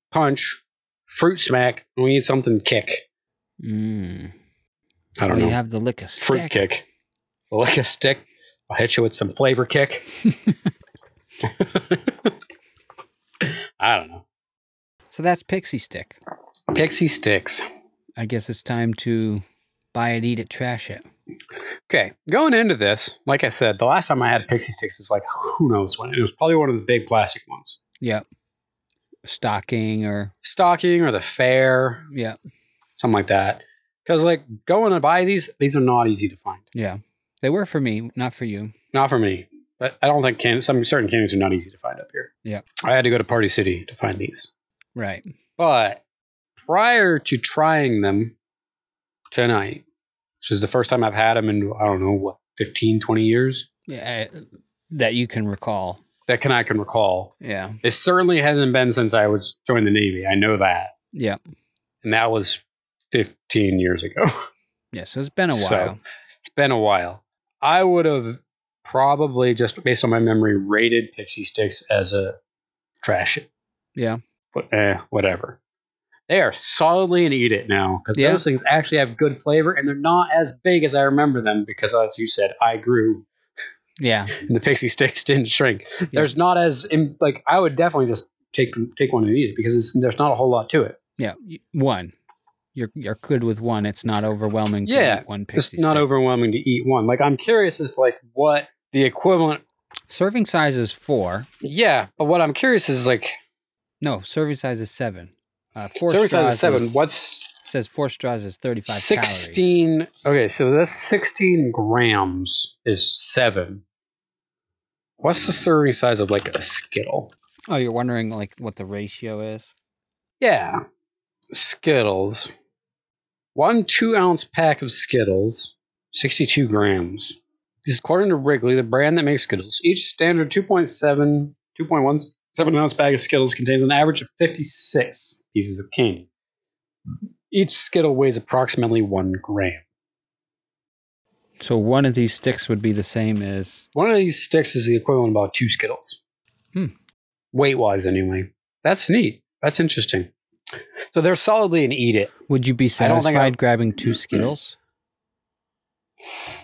[SPEAKER 1] punch, fruit smack. and We need something kick.
[SPEAKER 2] Mm.
[SPEAKER 1] I don't
[SPEAKER 2] Well, you
[SPEAKER 1] know.
[SPEAKER 2] have the lick a
[SPEAKER 1] fruit
[SPEAKER 2] stick.
[SPEAKER 1] kick. I'll lick a stick. I'll hit you with some flavor kick. I don't know.
[SPEAKER 2] So that's pixie stick.
[SPEAKER 1] Pixie sticks.
[SPEAKER 2] I guess it's time to buy it, eat it, trash it.
[SPEAKER 1] Okay, going into this, like I said, the last time I had pixie sticks is like who knows when. It was probably one of the big plastic ones.
[SPEAKER 2] Yep. Stocking or
[SPEAKER 1] Stocking or the fair,
[SPEAKER 2] yeah,
[SPEAKER 1] something like that. Because like going to buy these, these are not easy to find.
[SPEAKER 2] yeah. They were for me, not for you.
[SPEAKER 1] Not for me. But I don't think can some certain candies are not easy to find up here.
[SPEAKER 2] Yeah.
[SPEAKER 1] I had to go to Party City to find these.
[SPEAKER 2] Right.
[SPEAKER 1] But prior to trying them tonight, which is the first time I've had them in, I don't know, what, 15, 20 years
[SPEAKER 2] Yeah, I- that you can recall.
[SPEAKER 1] that can I can recall.
[SPEAKER 2] Yeah.
[SPEAKER 1] It certainly hasn't been since I was joined the Navy. I know that.
[SPEAKER 2] Yeah.
[SPEAKER 1] And that was 15 years ago.
[SPEAKER 2] Yeah. So it's been a
[SPEAKER 1] So-
[SPEAKER 2] while.
[SPEAKER 1] it's been a while. I would have probably just based on my memory rated Pixie Sticks as a trash it.
[SPEAKER 2] Yeah.
[SPEAKER 1] But eh, whatever. They are solidly an eat it now because
[SPEAKER 2] Yeah.
[SPEAKER 1] those things actually have good flavor and they're not as big as I remember them because, as you said, I grew
[SPEAKER 2] Yeah.
[SPEAKER 1] and the Pixie Sticks didn't shrink. There's not as im- like I would definitely just take take one and eat it because it's, there's not a whole lot to it.
[SPEAKER 2] Yeah, y- one. You're you're good with one. It's not overwhelming.
[SPEAKER 1] Yeah,
[SPEAKER 2] to eat one
[SPEAKER 1] It's
[SPEAKER 2] pixie.
[SPEAKER 1] not
[SPEAKER 2] stick.
[SPEAKER 1] overwhelming to eat one. Like I'm curious as to like what the equivalent.
[SPEAKER 2] Serving size is four.
[SPEAKER 1] Yeah, but what I'm curious is like
[SPEAKER 2] No, serving size is seven. Uh, four
[SPEAKER 1] Serving
[SPEAKER 2] straws
[SPEAKER 1] size is seven.
[SPEAKER 2] is-
[SPEAKER 1] What's
[SPEAKER 2] says four straws is thirty-five calories.
[SPEAKER 1] sixteen? Okay, so that's sixteen grams is seven. What's the serving size of like a Skittle?
[SPEAKER 2] Oh, you're wondering like what the ratio is?
[SPEAKER 1] Yeah, Skittles. One two ounce pack of Skittles, sixty-two grams. This is according to Wrigley, the brand that makes Skittles. Each standard 2.7, 2.17 ounce bag of Skittles contains an average of 56 pieces of candy. Each Skittle weighs approximately one gram.
[SPEAKER 2] So one of these sticks would be the same as
[SPEAKER 1] One of these sticks is the equivalent of about two Skittles.
[SPEAKER 2] Hmm.
[SPEAKER 1] Weight wise, anyway. That's neat. That's interesting. So they're solidly an eat it.
[SPEAKER 2] Would you be
[SPEAKER 1] I don't think I-
[SPEAKER 2] satisfied grabbing two Skittles?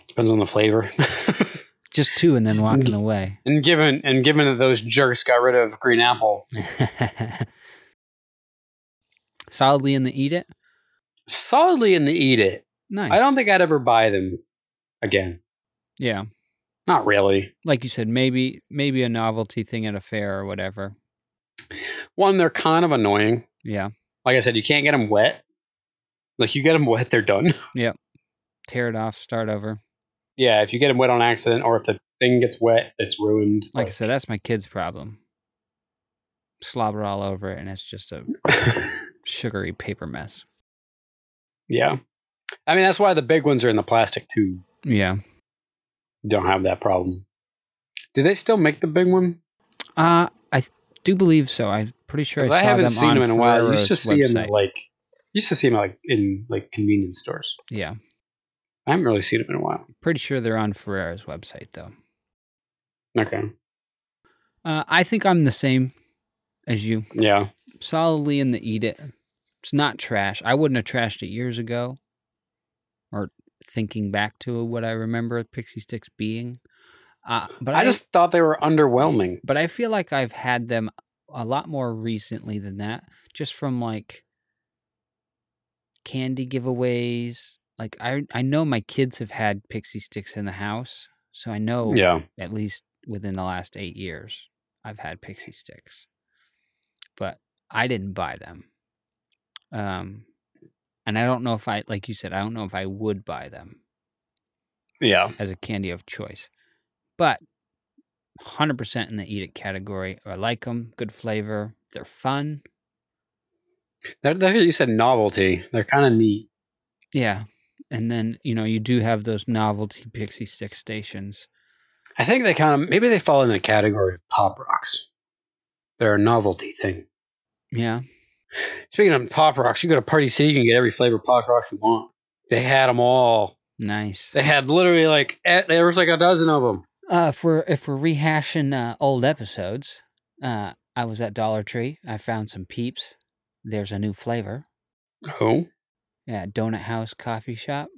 [SPEAKER 1] Depends on the flavor.
[SPEAKER 2] Just two and then walking away.
[SPEAKER 1] and given and given that those jerks got rid of green apple,
[SPEAKER 2] Solidly in the eat it?
[SPEAKER 1] solidly in the eat it.
[SPEAKER 2] Nice.
[SPEAKER 1] I don't think I'd ever buy them again.
[SPEAKER 2] Yeah.
[SPEAKER 1] Not really.
[SPEAKER 2] Like you said, maybe maybe a novelty thing at a fair or whatever.
[SPEAKER 1] One, they're kind of annoying.
[SPEAKER 2] Yeah.
[SPEAKER 1] Like I said, you can't get them wet. Like you get them wet, they're done.
[SPEAKER 2] Tear it off, start over.
[SPEAKER 1] yeah, if you get them wet on accident, or if the thing gets wet, it's ruined.
[SPEAKER 2] Like I said, that's my kid's problem. Slobber all over it, and it's just a sugary paper mess.
[SPEAKER 1] Yeah. I mean, that's why the big ones are in the plastic tube.
[SPEAKER 2] Yeah.
[SPEAKER 1] You don't have that problem. Do they still make the big one?
[SPEAKER 2] Uh, I th- do believe so. I'm pretty sure I,
[SPEAKER 1] 'Cause
[SPEAKER 2] saw
[SPEAKER 1] I haven't
[SPEAKER 2] them
[SPEAKER 1] seen
[SPEAKER 2] on
[SPEAKER 1] them in a while. You used to
[SPEAKER 2] Ferrero's
[SPEAKER 1] see them
[SPEAKER 2] website.
[SPEAKER 1] at, like you used to see them like in like convenience stores.
[SPEAKER 2] yeah.
[SPEAKER 1] I haven't really seen them in a while.
[SPEAKER 2] Pretty sure they're on Ferrero's website, though.
[SPEAKER 1] Okay.
[SPEAKER 2] Uh, I think I'm the same as you.
[SPEAKER 1] Yeah.
[SPEAKER 2] Solidly in the eat it. It's not trash. I wouldn't have trashed it years ago or thinking back to what I remember Pixie Sticks being. Uh, but
[SPEAKER 1] I just thought they were underwhelming.
[SPEAKER 2] but I feel like I've had them a lot more recently than that, just from like candy giveaways. Like I I know my kids have had pixie sticks in the house, so I know
[SPEAKER 1] Yeah.
[SPEAKER 2] at least within the last eight years I've had pixie sticks, but I didn't buy them. Um, and I don't know if I like you said I don't know if I would buy them
[SPEAKER 1] Yeah.
[SPEAKER 2] as a candy of choice. But 100% in the eat it category. I like them. Good flavor. They're fun.
[SPEAKER 1] That, that you said novelty. They're kind of neat.
[SPEAKER 2] Yeah. And then, you know, you do have those novelty pixie stick stations.
[SPEAKER 1] I think they kind of maybe they fall in the category of pop rocks. They're a novelty thing.
[SPEAKER 2] Yeah.
[SPEAKER 1] Speaking of pop rocks, you go to Party City, you can get every flavor of pop rocks you want. They had them all.
[SPEAKER 2] Nice.
[SPEAKER 1] They had literally like eh, there was like a dozen of them.
[SPEAKER 2] Uh, if we're if we're rehashing uh, old episodes, uh, I was at Dollar Tree. I found some peeps. There's a new flavor.
[SPEAKER 1] Oh,
[SPEAKER 2] Yeah, Donut House Coffee Shop.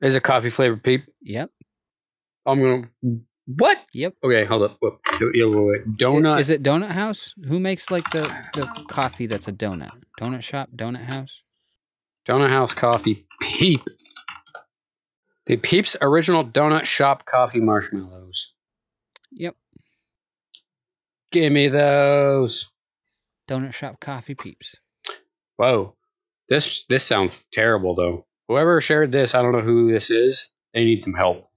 [SPEAKER 1] there's a coffee flavored peep.
[SPEAKER 2] Yep.
[SPEAKER 1] I'm gonna what?
[SPEAKER 2] Yep.
[SPEAKER 1] Okay, hold up. Whoop. Yeah, wait, wait.
[SPEAKER 2] I-
[SPEAKER 1] Donut.
[SPEAKER 2] Is it Donut House? Who makes like the, the coffee that's a donut? Donut shop? Donut house?
[SPEAKER 1] Donut House Coffee Peep. The Peep's original donut shop coffee marshmallows.
[SPEAKER 2] Yep.
[SPEAKER 1] Give me those.
[SPEAKER 2] Donut shop coffee peeps.
[SPEAKER 1] Whoa. This this sounds terrible though. Whoever shared this, I don't know who this is. They need some help.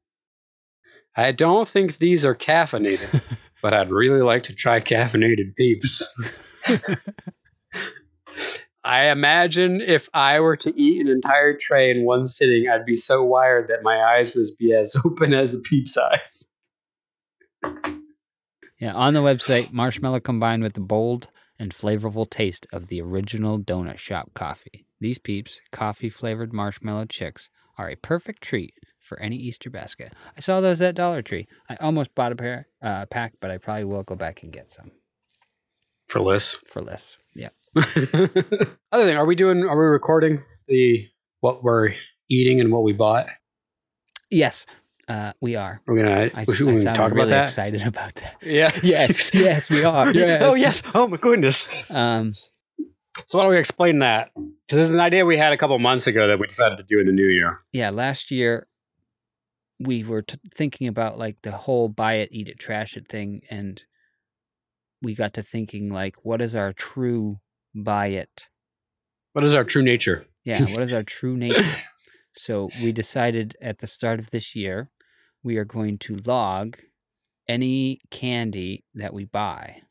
[SPEAKER 1] I don't think these are caffeinated, but I'd really like to try caffeinated peeps. I imagine if I were to eat an entire tray in one sitting, I'd be so wired that my eyes would be as open as a peep's eyes.
[SPEAKER 2] Yeah, on the website, marshmallow combined with the bold and flavorful taste of the original donut shop coffee. These peeps, coffee flavored marshmallow chicks, are a perfect treat for any Easter basket. I saw those at Dollar Tree. I almost bought a pair uh, pack, but I probably will go back and get some
[SPEAKER 1] For less.
[SPEAKER 2] for less. Yeah.
[SPEAKER 1] Other thing, are we doing are we recording the what we're eating and what we bought?
[SPEAKER 2] Yes, uh, we are.
[SPEAKER 1] We're gonna,
[SPEAKER 2] I,
[SPEAKER 1] we
[SPEAKER 2] I
[SPEAKER 1] should
[SPEAKER 2] sound
[SPEAKER 1] talk
[SPEAKER 2] really
[SPEAKER 1] about that.
[SPEAKER 2] excited about that.
[SPEAKER 1] Yeah.
[SPEAKER 2] Yes, yes, we are. Yes.
[SPEAKER 1] Oh yes. Oh my goodness.
[SPEAKER 2] Um,
[SPEAKER 1] So why don't we explain that? Because this is an idea we had a couple months ago that we decided to do in the new year.
[SPEAKER 2] yeah, last year we were t- thinking about like the whole buy it, eat it, trash it thing, and we got to thinking like, what is our true buy it?
[SPEAKER 1] What is our true nature?
[SPEAKER 2] Yeah, what is our true nature? So we decided at the start of this year, we are going to log any candy that we buy.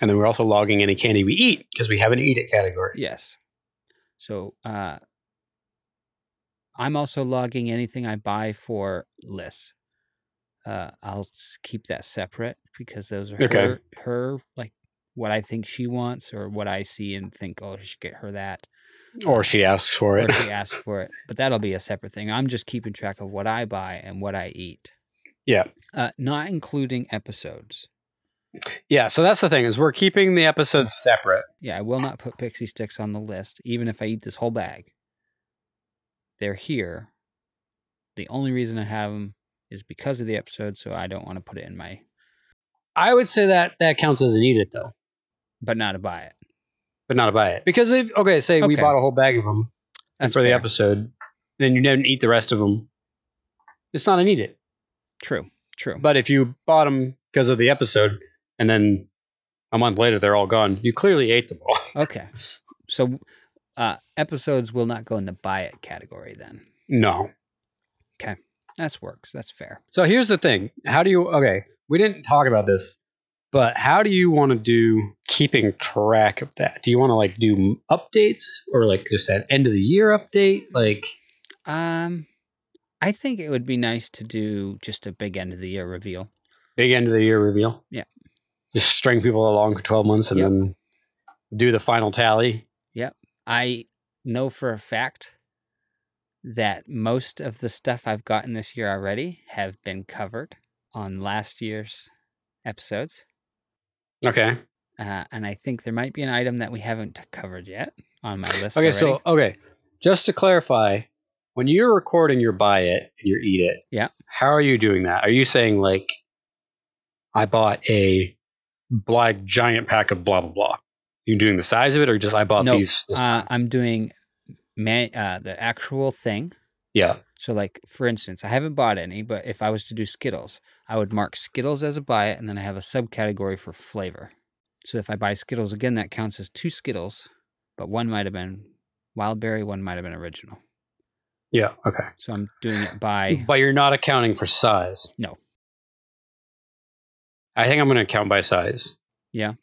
[SPEAKER 1] And then we're also logging any candy we eat because we have an eat it category.
[SPEAKER 2] Yes. So uh, I'm also logging anything I buy for Liz. Uh, I'll s- keep that separate because those are
[SPEAKER 1] Okay.
[SPEAKER 2] her, her like what I think she wants or what I see and think, oh, I should get her that.
[SPEAKER 1] Or she asks for
[SPEAKER 2] Or
[SPEAKER 1] it.
[SPEAKER 2] if she asks for it. But that'll be a separate thing. I'm just keeping track of what I buy and what I eat.
[SPEAKER 1] Yeah.
[SPEAKER 2] Uh, not including episodes.
[SPEAKER 1] yeah. So that's the thing is we're keeping the episodes separate.
[SPEAKER 2] Yeah, I will not put pixie sticks on the list, even if I eat this whole bag. They're here. The only reason I have them is because of the episode, so I don't want to put it in my,
[SPEAKER 1] I would say that that counts as an eat it though,
[SPEAKER 2] but not to buy it.
[SPEAKER 1] but not a buy it. Because if okay, say we
[SPEAKER 2] Okay.
[SPEAKER 1] bought a whole bag of them
[SPEAKER 2] That's
[SPEAKER 1] for the
[SPEAKER 2] fair.
[SPEAKER 1] episode, then you didn't eat the rest of them. It's not an eat it.
[SPEAKER 2] True, true.
[SPEAKER 1] But if you bought them because of the episode, and then a month later they're all gone, you clearly ate them all.
[SPEAKER 2] okay, so uh, episodes will not go in the buy it category. Then
[SPEAKER 1] no.
[SPEAKER 2] that's works. That's fair.
[SPEAKER 1] So here's the thing: How do you? Okay, we didn't talk about this, but how do you want to do keeping track of that? Do you want to like do m- updates or like just an end of the year update? Like,
[SPEAKER 2] Um, I think it would be nice to do just a big end of the year reveal.
[SPEAKER 1] big end of the year reveal.
[SPEAKER 2] Yeah.
[SPEAKER 1] Just string people along for 12 months and
[SPEAKER 2] Yep.
[SPEAKER 1] then do the final tally.
[SPEAKER 2] I know for a fact that most of the stuff I've gotten this year already have been covered on last year's episodes.
[SPEAKER 1] Okay.
[SPEAKER 2] Uh, and I think there might be an item that we haven't t- covered yet on my list.
[SPEAKER 1] Okay.
[SPEAKER 2] already.
[SPEAKER 1] So, okay. Just to clarify, when you're recording your buy it and your eat it,
[SPEAKER 2] Yeah.
[SPEAKER 1] how are you doing that? Are you saying like, I bought a like giant pack of blah blah blah? You doing the size of it, or just I bought
[SPEAKER 2] No,
[SPEAKER 1] these? This
[SPEAKER 2] Uh, I'm doing man, uh, the actual thing.
[SPEAKER 1] yeah,
[SPEAKER 2] So, like for instance, I haven't bought any, but if I was to do Skittles, I would mark Skittles as a buy it, and then I have a subcategory for flavor. So if I buy Skittles again, that counts as two Skittles, but one might have been wild berry, one might have been original.
[SPEAKER 1] yeah, okay.
[SPEAKER 2] So I'm doing it by
[SPEAKER 1] But you're not accounting for size.
[SPEAKER 2] No.
[SPEAKER 1] I think I'm going to count by size.
[SPEAKER 2] Yeah.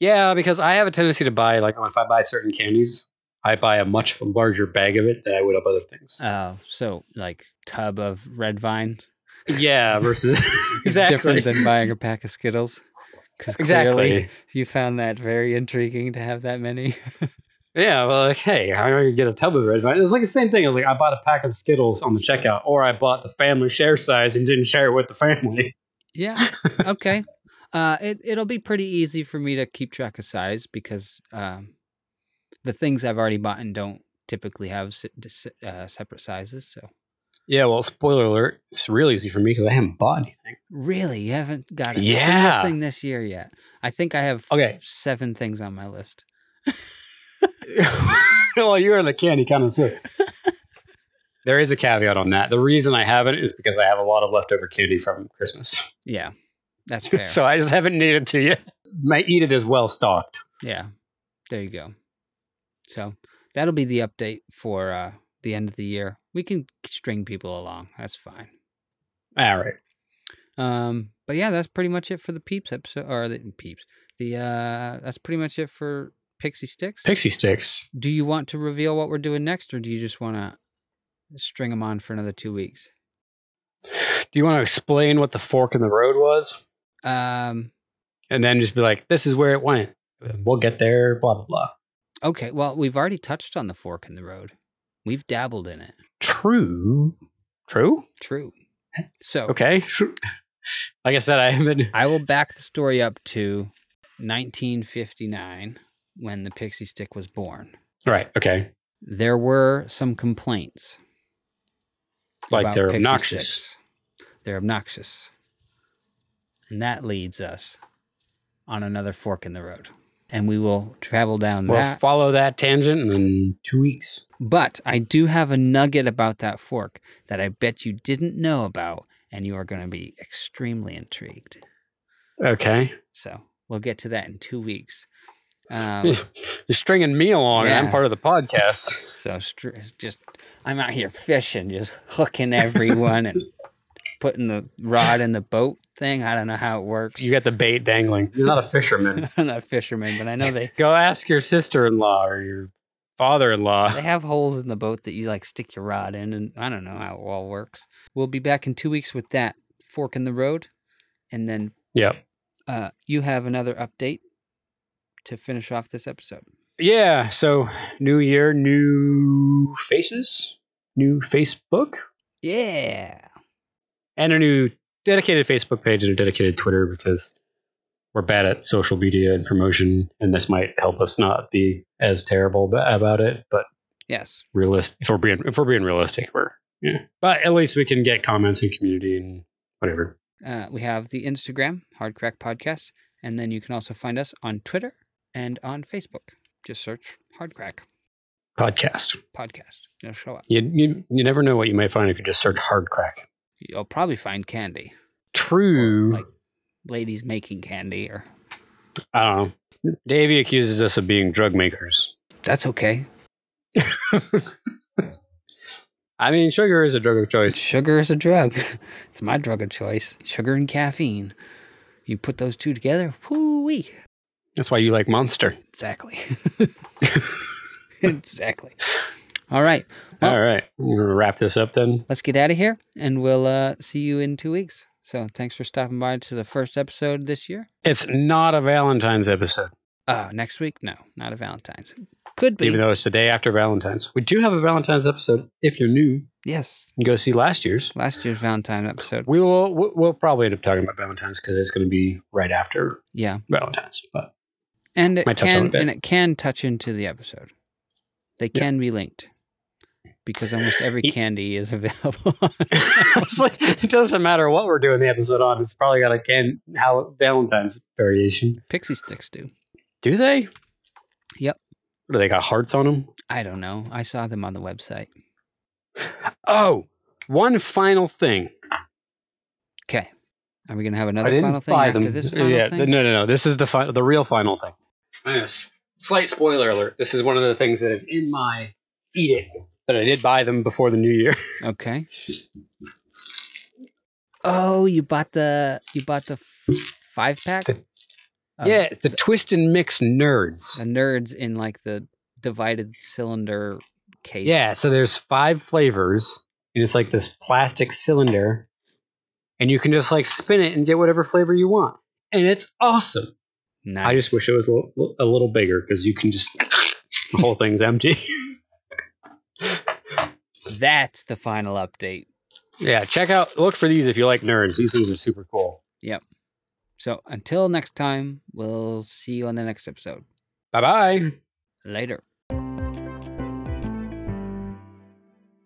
[SPEAKER 1] Yeah, because I have a tendency to buy, like, oh, if I buy certain candies, I buy a much larger bag of it than I would of other things.
[SPEAKER 2] uh, so like tub of red vine.
[SPEAKER 1] yeah, versus.
[SPEAKER 2] is
[SPEAKER 1] exactly.
[SPEAKER 2] different than buying a pack of Skittles. Because
[SPEAKER 1] Exactly.
[SPEAKER 2] you found that very intriguing to have that many.
[SPEAKER 1] Yeah, well, like, hey, how do you get a tub of red vine? It's like the same thing. It's like I bought a pack of Skittles on the checkout, or I bought the family share size and didn't share it with the family.
[SPEAKER 2] yeah. Okay. Uh, it it'll be pretty easy for me to keep track of size because um, the things I've already bought and don't typically have se- dis- uh, separate sizes. So
[SPEAKER 1] Yeah, well, spoiler alert, it's real easy for me because I haven't bought anything.
[SPEAKER 2] really, you haven't got a
[SPEAKER 1] Yeah.
[SPEAKER 2] single thing this year yet. I think I have
[SPEAKER 1] Okay.
[SPEAKER 2] seven things on my list.
[SPEAKER 1] well, you're in the candy connoisseur. there is a caveat on that. The reason I haven't is because I have a lot of leftover candy from Christmas.
[SPEAKER 2] Yeah, that's fair.
[SPEAKER 1] so I just haven't needed to yet. My eat it is well stocked.
[SPEAKER 2] Yeah. There you go. So that'll be the update for uh, the end of the year. We can string people along. That's fine.
[SPEAKER 1] All right.
[SPEAKER 2] Um, but yeah, that's pretty much it for the peeps episode or the peeps. The uh, that's pretty much it for Pixie Sticks.
[SPEAKER 1] Pixie sticks.
[SPEAKER 2] do you want to reveal what we're doing next, or do you just want to string them on for another two weeks?
[SPEAKER 1] Do you want to explain what the fork in the road was?
[SPEAKER 2] Um,
[SPEAKER 1] And then just be like, this is where it went. We'll get there, blah, blah, blah.
[SPEAKER 2] okay. Well, we've already touched on the fork in the road. We've dabbled in it.
[SPEAKER 1] True. True?
[SPEAKER 2] True. So
[SPEAKER 1] Okay. Oh. Like I said, I haven't.
[SPEAKER 2] I will back the story up to 1959 when the pixie stick was born.
[SPEAKER 1] Right. Okay.
[SPEAKER 2] There were some complaints.
[SPEAKER 1] Like
[SPEAKER 2] about
[SPEAKER 1] they're
[SPEAKER 2] pixie
[SPEAKER 1] obnoxious.
[SPEAKER 2] sticks. They're obnoxious. And that leads us on another fork in the road. And we will travel down
[SPEAKER 1] We'll
[SPEAKER 2] that.
[SPEAKER 1] follow that tangent in two weeks.
[SPEAKER 2] But I do have a nugget about that fork that I bet you didn't know about, and you are going to be extremely intrigued.
[SPEAKER 1] Okay.
[SPEAKER 2] So we'll get to that in two weeks. Um,
[SPEAKER 1] You're stringing me along, and
[SPEAKER 2] Yeah.
[SPEAKER 1] I'm part of the podcast.
[SPEAKER 2] So str- just, I'm out here fishing, just hooking everyone and putting the rod in the boat thing. I don't know how it works.
[SPEAKER 1] you got the bait dangling. You're not a fisherman.
[SPEAKER 2] I'm not a fisherman, but I know they
[SPEAKER 1] Go ask your sister-in-law or your father-in-law.
[SPEAKER 2] they have holes in the boat that you like stick your rod in, and I don't know how it all works. We'll be back in two weeks with that fork in the road, and then
[SPEAKER 1] Yep.
[SPEAKER 2] uh, you have another update to finish off this episode.
[SPEAKER 1] Yeah. So, new year, new faces, new Facebook,
[SPEAKER 2] Yeah,
[SPEAKER 1] and a new dedicated Facebook page and a dedicated Twitter because we're bad at social media and promotion, and this might help us not be as terrible ba- about it. But
[SPEAKER 2] yes,
[SPEAKER 1] realist if we're being if we're being realistic, we're yeah. But at least we can get comments and community and whatever.
[SPEAKER 2] Uh, we have the Instagram, Hard Crack Podcast, and then you can also find us on Twitter and on Facebook. Just search Hard Crack
[SPEAKER 1] Podcast.
[SPEAKER 2] Podcast. It'll show up.
[SPEAKER 1] You, you you never know what you might find if you just search hard crack.
[SPEAKER 2] You'll probably find candy,
[SPEAKER 1] True.
[SPEAKER 2] like ladies making candy, or
[SPEAKER 1] I don't know. Um, Davey accuses us of being drug makers.
[SPEAKER 2] that's okay.
[SPEAKER 1] I mean, sugar is a drug of choice.
[SPEAKER 2] Sugar is a drug. it's my drug of choice. Sugar and caffeine. You put those two together, whoo wee.
[SPEAKER 1] That's why you like Monster.
[SPEAKER 2] Exactly. exactly. All right. Well-
[SPEAKER 1] All right, we're gonna wrap this up then.
[SPEAKER 2] let's get out of here and we'll uh, see you in two weeks. So thanks for stopping by to the first episode this year.
[SPEAKER 1] It's not a Valentine's episode,
[SPEAKER 2] Uh, next week? No, not a Valentine's. Could be.
[SPEAKER 1] even though it's the day after Valentine's. We do have a Valentine's episode. If you're new, you
[SPEAKER 2] yes.
[SPEAKER 1] can go see last year's.
[SPEAKER 2] Last year's Valentine episode.
[SPEAKER 1] We will. we- We'll probably end up talking about Valentine's because it's going to be right after
[SPEAKER 2] Yeah.
[SPEAKER 1] Valentine's. But
[SPEAKER 2] And it
[SPEAKER 1] Might touch on
[SPEAKER 2] can
[SPEAKER 1] it a bit.
[SPEAKER 2] and it can touch into the episode. They
[SPEAKER 1] Yeah. E
[SPEAKER 2] can be linked. because almost every candy is available.
[SPEAKER 1] It's like, it doesn't matter what we're doing the episode on. It's probably got a can Hall- Valentine's variation.
[SPEAKER 2] Pixie sticks do.
[SPEAKER 1] Do they?
[SPEAKER 2] Yep.
[SPEAKER 1] What, do they got hearts on them?
[SPEAKER 2] I don't know. I saw them on the website.
[SPEAKER 1] Oh, one final thing.
[SPEAKER 2] Okay. Are we going to have
[SPEAKER 1] I
[SPEAKER 2] another
[SPEAKER 1] didn't
[SPEAKER 2] final thing
[SPEAKER 1] buy
[SPEAKER 2] after
[SPEAKER 1] them. Uh,
[SPEAKER 2] this final
[SPEAKER 1] yeah,
[SPEAKER 2] thing?
[SPEAKER 1] th- no, no, no. This is the fi- the real final thing. Yes. Slight spoiler alert. This is one of the things that is in my eat it, but I did buy them before the new year.
[SPEAKER 2] Okay. Oh, you bought the you bought the five pack.
[SPEAKER 1] The-
[SPEAKER 2] Oh,
[SPEAKER 1] yeah, it's the twist and mix nerds.
[SPEAKER 2] the nerds in like the divided cylinder case.
[SPEAKER 1] Yeah, so there's five flavors, and it's like this plastic cylinder, and you can just like spin it and get whatever flavor you want, and it's awesome.
[SPEAKER 2] nice.
[SPEAKER 1] I just wish it was a little, a little bigger because you can just the whole thing's empty.
[SPEAKER 2] that's the final update.
[SPEAKER 1] yeah, check out look for these if you like nerds. These things are super cool.
[SPEAKER 2] So until next time, we'll see you on the next episode.
[SPEAKER 1] Bye bye.
[SPEAKER 2] Later.